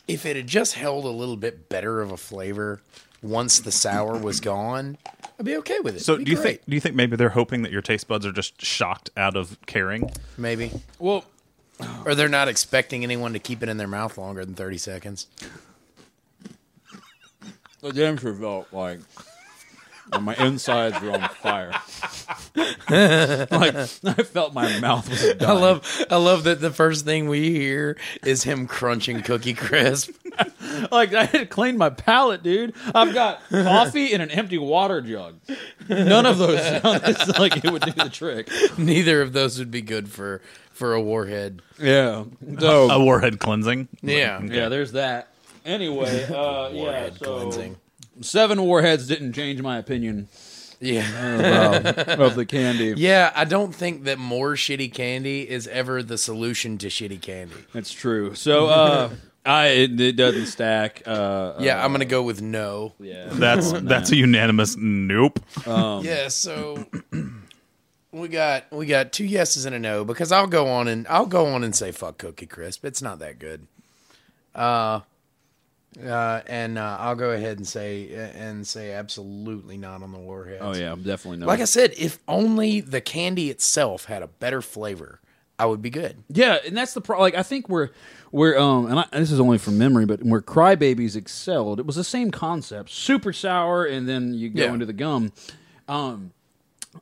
if it had just held a little bit better of a flavor once the sour was gone, I'd be okay with it. so It'd be do you great. think? Do you think maybe they're hoping that your taste buds are just shocked out of caring? maybe, Well, or they're not expecting anyone to keep it in their mouth longer than thirty seconds? I damn sure felt like my insides were on fire. like I felt my mouth was dying. I love, I love that the first thing we hear is him crunching Cookie Crisp. Like I had cleaned my palate, dude. I've got coffee and an empty water jug. None of those sounds like it would do the trick. Neither of those would be good for for a warhead. Yeah. So A warhead cleansing. Yeah, yeah, there's that. Anyway, uh, yeah. Warhead so cleansing. seven warheads didn't change my opinion Yeah. of the candy. Yeah, I don't think that more shitty candy is ever the solution to shitty candy. That's true. So uh, I it, it doesn't stack. Uh, Yeah, I'm gonna go with no. yeah. That's that's a unanimous nope. Yeah, so we got we got two yeses and a no because I'll go on and I'll go on and say fuck Cookie Crisp. It's not that good. Uh, uh, and uh, I'll go ahead and say and say absolutely not on the warheads. Oh yeah, definitely no. Like I said, if only the candy itself had a better flavor, I would be good. Yeah, and that's the problem. Like I think we're we're um, and I, this is only from memory, but where Crybabies excelled, it was the same concept: super sour, and then you go Yeah. into the gum. Um,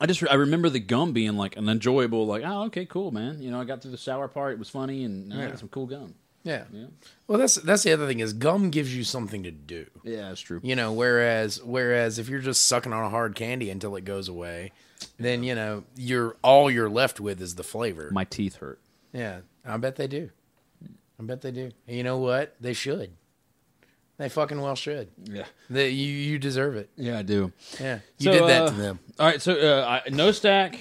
I just re- I remember the gum being like an enjoyable, like oh okay, cool, man. You know, I got through the sour part; it was funny, and I got some cool gum. Yeah. Well, that's that's the other thing is gum gives you something to do. Yeah, that's true. You know, whereas whereas if you're just sucking on a hard candy until it goes away, then you know you're all you're left with is the flavor. My teeth hurt. yeah, I bet they do. I bet they do. And you know what? They should. They fucking well should. Yeah, They, you you deserve it. yeah, I do. Yeah, you So, did that uh, to them. All right, so uh, I, no stack,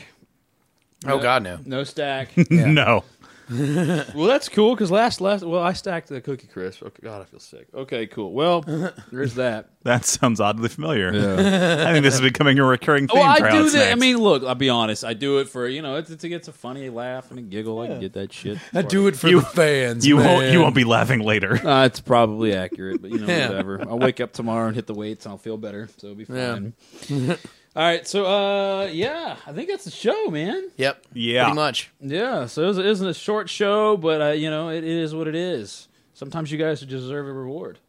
Oh God, no. no stack. No. Well, that's cool because last last well, I stacked the cookie crisp. Okay, God, I feel sick. Okay, cool. Well, there's that. That sounds oddly familiar. I think this is becoming a recurring theme. Well, Oh, I for do Alex that. I Next. mean, look, I'll be honest. I do it for you know, it's, it's, it's a funny laugh and a giggle. I can get that shit. I do it for You- the fans. you man. won't you won't be laughing later. Uh, it's probably accurate, but you know, Yeah. whatever. I'll wake up tomorrow and hit the weights. and I'll feel better, so it'll be Yeah. fine. All right, so uh, yeah, I think that's the show, man. Yep. Yeah. Pretty much. Yeah, so it was- it isn't a short show, but uh, you know, it, it is what it is. Sometimes you guys deserve a reward.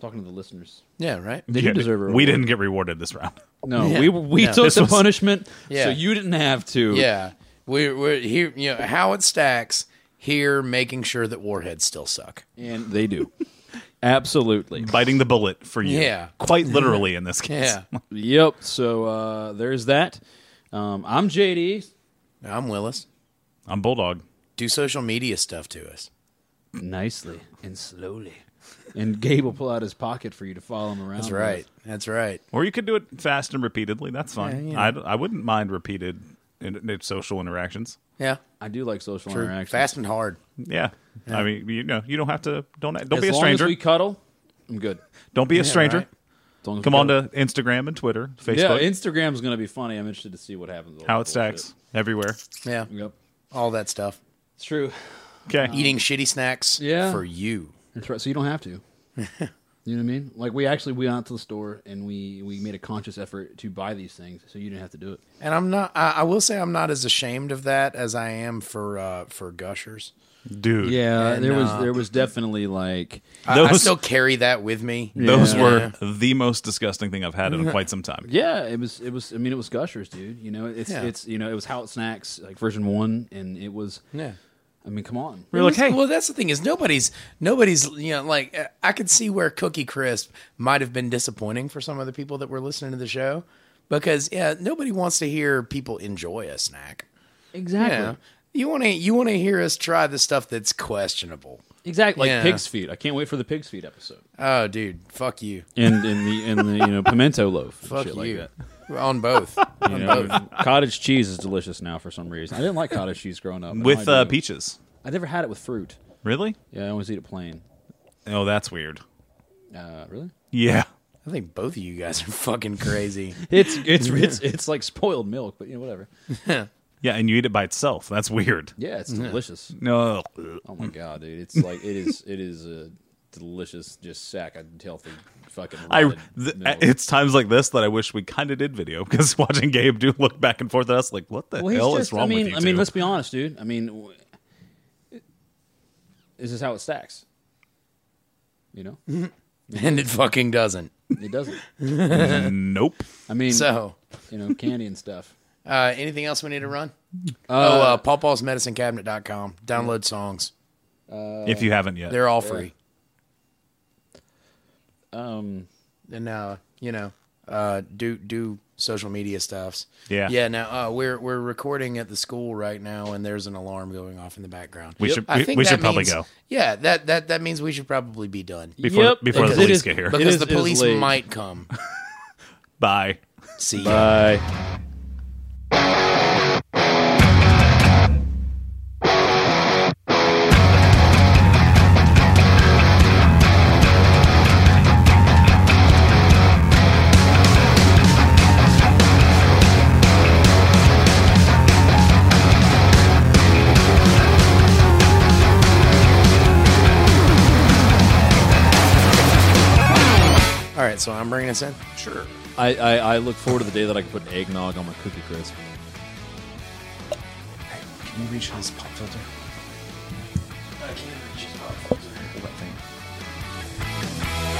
Talking to the listeners, Yeah. Right. they Yeah, do deserve a reward. we didn't get rewarded this round. No, Yeah. we we Yeah. took This the was- punishment, Yeah. so you didn't have to. Yeah, we're we're here. You know how it stacks here, making sure that warheads still suck. and they do. Absolutely. Biting the bullet for you. Yeah. Quite literally in this case. Yeah, Yep. So uh, there's that. Um, I'm JD. I'm Willis. I'm Bulldog. Do social media stuff to us. Nicely and slowly. And Gabe will pull out his pocket for you to follow him around. That's Oh, right. That's right. Or you could do it fast and repeatedly. That's fine. Yeah, yeah. I'd- I, wouldn't mind repeated in, in social interactions. Yeah, I do like social true. interaction. Fast and hard. Yeah. I mean, you know, you don't have to. Don't don't As be a long stranger. As we cuddle, I'm good. don't be a stranger. right. As long as we Come on cuddle. to Instagram and Twitter, yeah. Facebook, Instagram's going to be funny. I'm interested to see what happens. with all how it that bullshit. stacks everywhere. Yeah, Yep. all that stuff. It's true. Okay. Uh, Eating shitty snacks. Yeah. for you. That's right. So you don't have to. you know what I mean? Like we actually we went out to the store and we we made a conscious effort to buy these things, so you didn't have to do it. And I'm not. I, I will say I'm not as ashamed of that as I am for uh, for gushers. Dude. Yeah, And, there was uh, there was definitely like I, I Those- still carry that with me. Those Yeah. were the most disgusting thing I've had in quite some time. yeah, it was it was I mean it was Gushers, dude. You know it's Yeah. it's you know it was How It Snacks like version one, and it was Yeah. I mean come on, We're like, Well, hey, Well, that's the thing is nobody's nobody's you know like uh, I could see where Cookie Crisp might have been disappointing for some of the people that were listening to the show because yeah, nobody wants to hear people enjoy a snack. exactly. Yeah. You want to you want to hear us try the stuff that's questionable. Exactly, like Yeah. pig's feet. I can't wait for the pig's feet episode. Oh, dude, fuck you, and in the in the you know pimento loaf, and fuck shit like you. that. On both. You know, cottage cheese is delicious now for some reason. I didn't like cottage cheese growing up. Now I with do. uh, peaches. I never had it with fruit. Really? Yeah, I always eat it plain. Oh, that's weird. Uh, really? Yeah. I think both of you guys are fucking crazy. It's it's it's it's like spoiled milk, but you know whatever. Yeah, and you eat it by itself. That's weird. Yeah, it's delicious. No. Oh my god, dude! It's like it is it is a delicious just sack of healthy fucking. I, rotted th- milk. it's times like this that I wish we kind of did video because watching Gabe do look back and forth at us like, what the well, he's hell just, is wrong I mean, with you? I mean, two? let's be honest, dude. I mean, w- this is how it stacks. You know, and it fucking doesn't. it doesn't. nope. I mean, So, you know, candy and stuff. uh, anything else we need to run? oh, uh, pawpawsmedicinecabinet.com. Download songs. if you haven't yet, They're all free. Um, and uh, you know, uh, do do social media stuffs. Yeah. yeah. Now uh, we're we're recording at the school right now, and there's an alarm going off in the background. We should- I we- think we that should probably means- go. Yeah, that that that means we should probably be done before Yep, before the because it police is- get here. but- because is- the it is police late. might come. Bye. See ya. Bye. All right, so I'm bringing us in. Sure. I, I, I look forward to the day that I can put eggnog on my cookie crisp. Can you reach his pop filter? I can't reach his pop filter. What thing?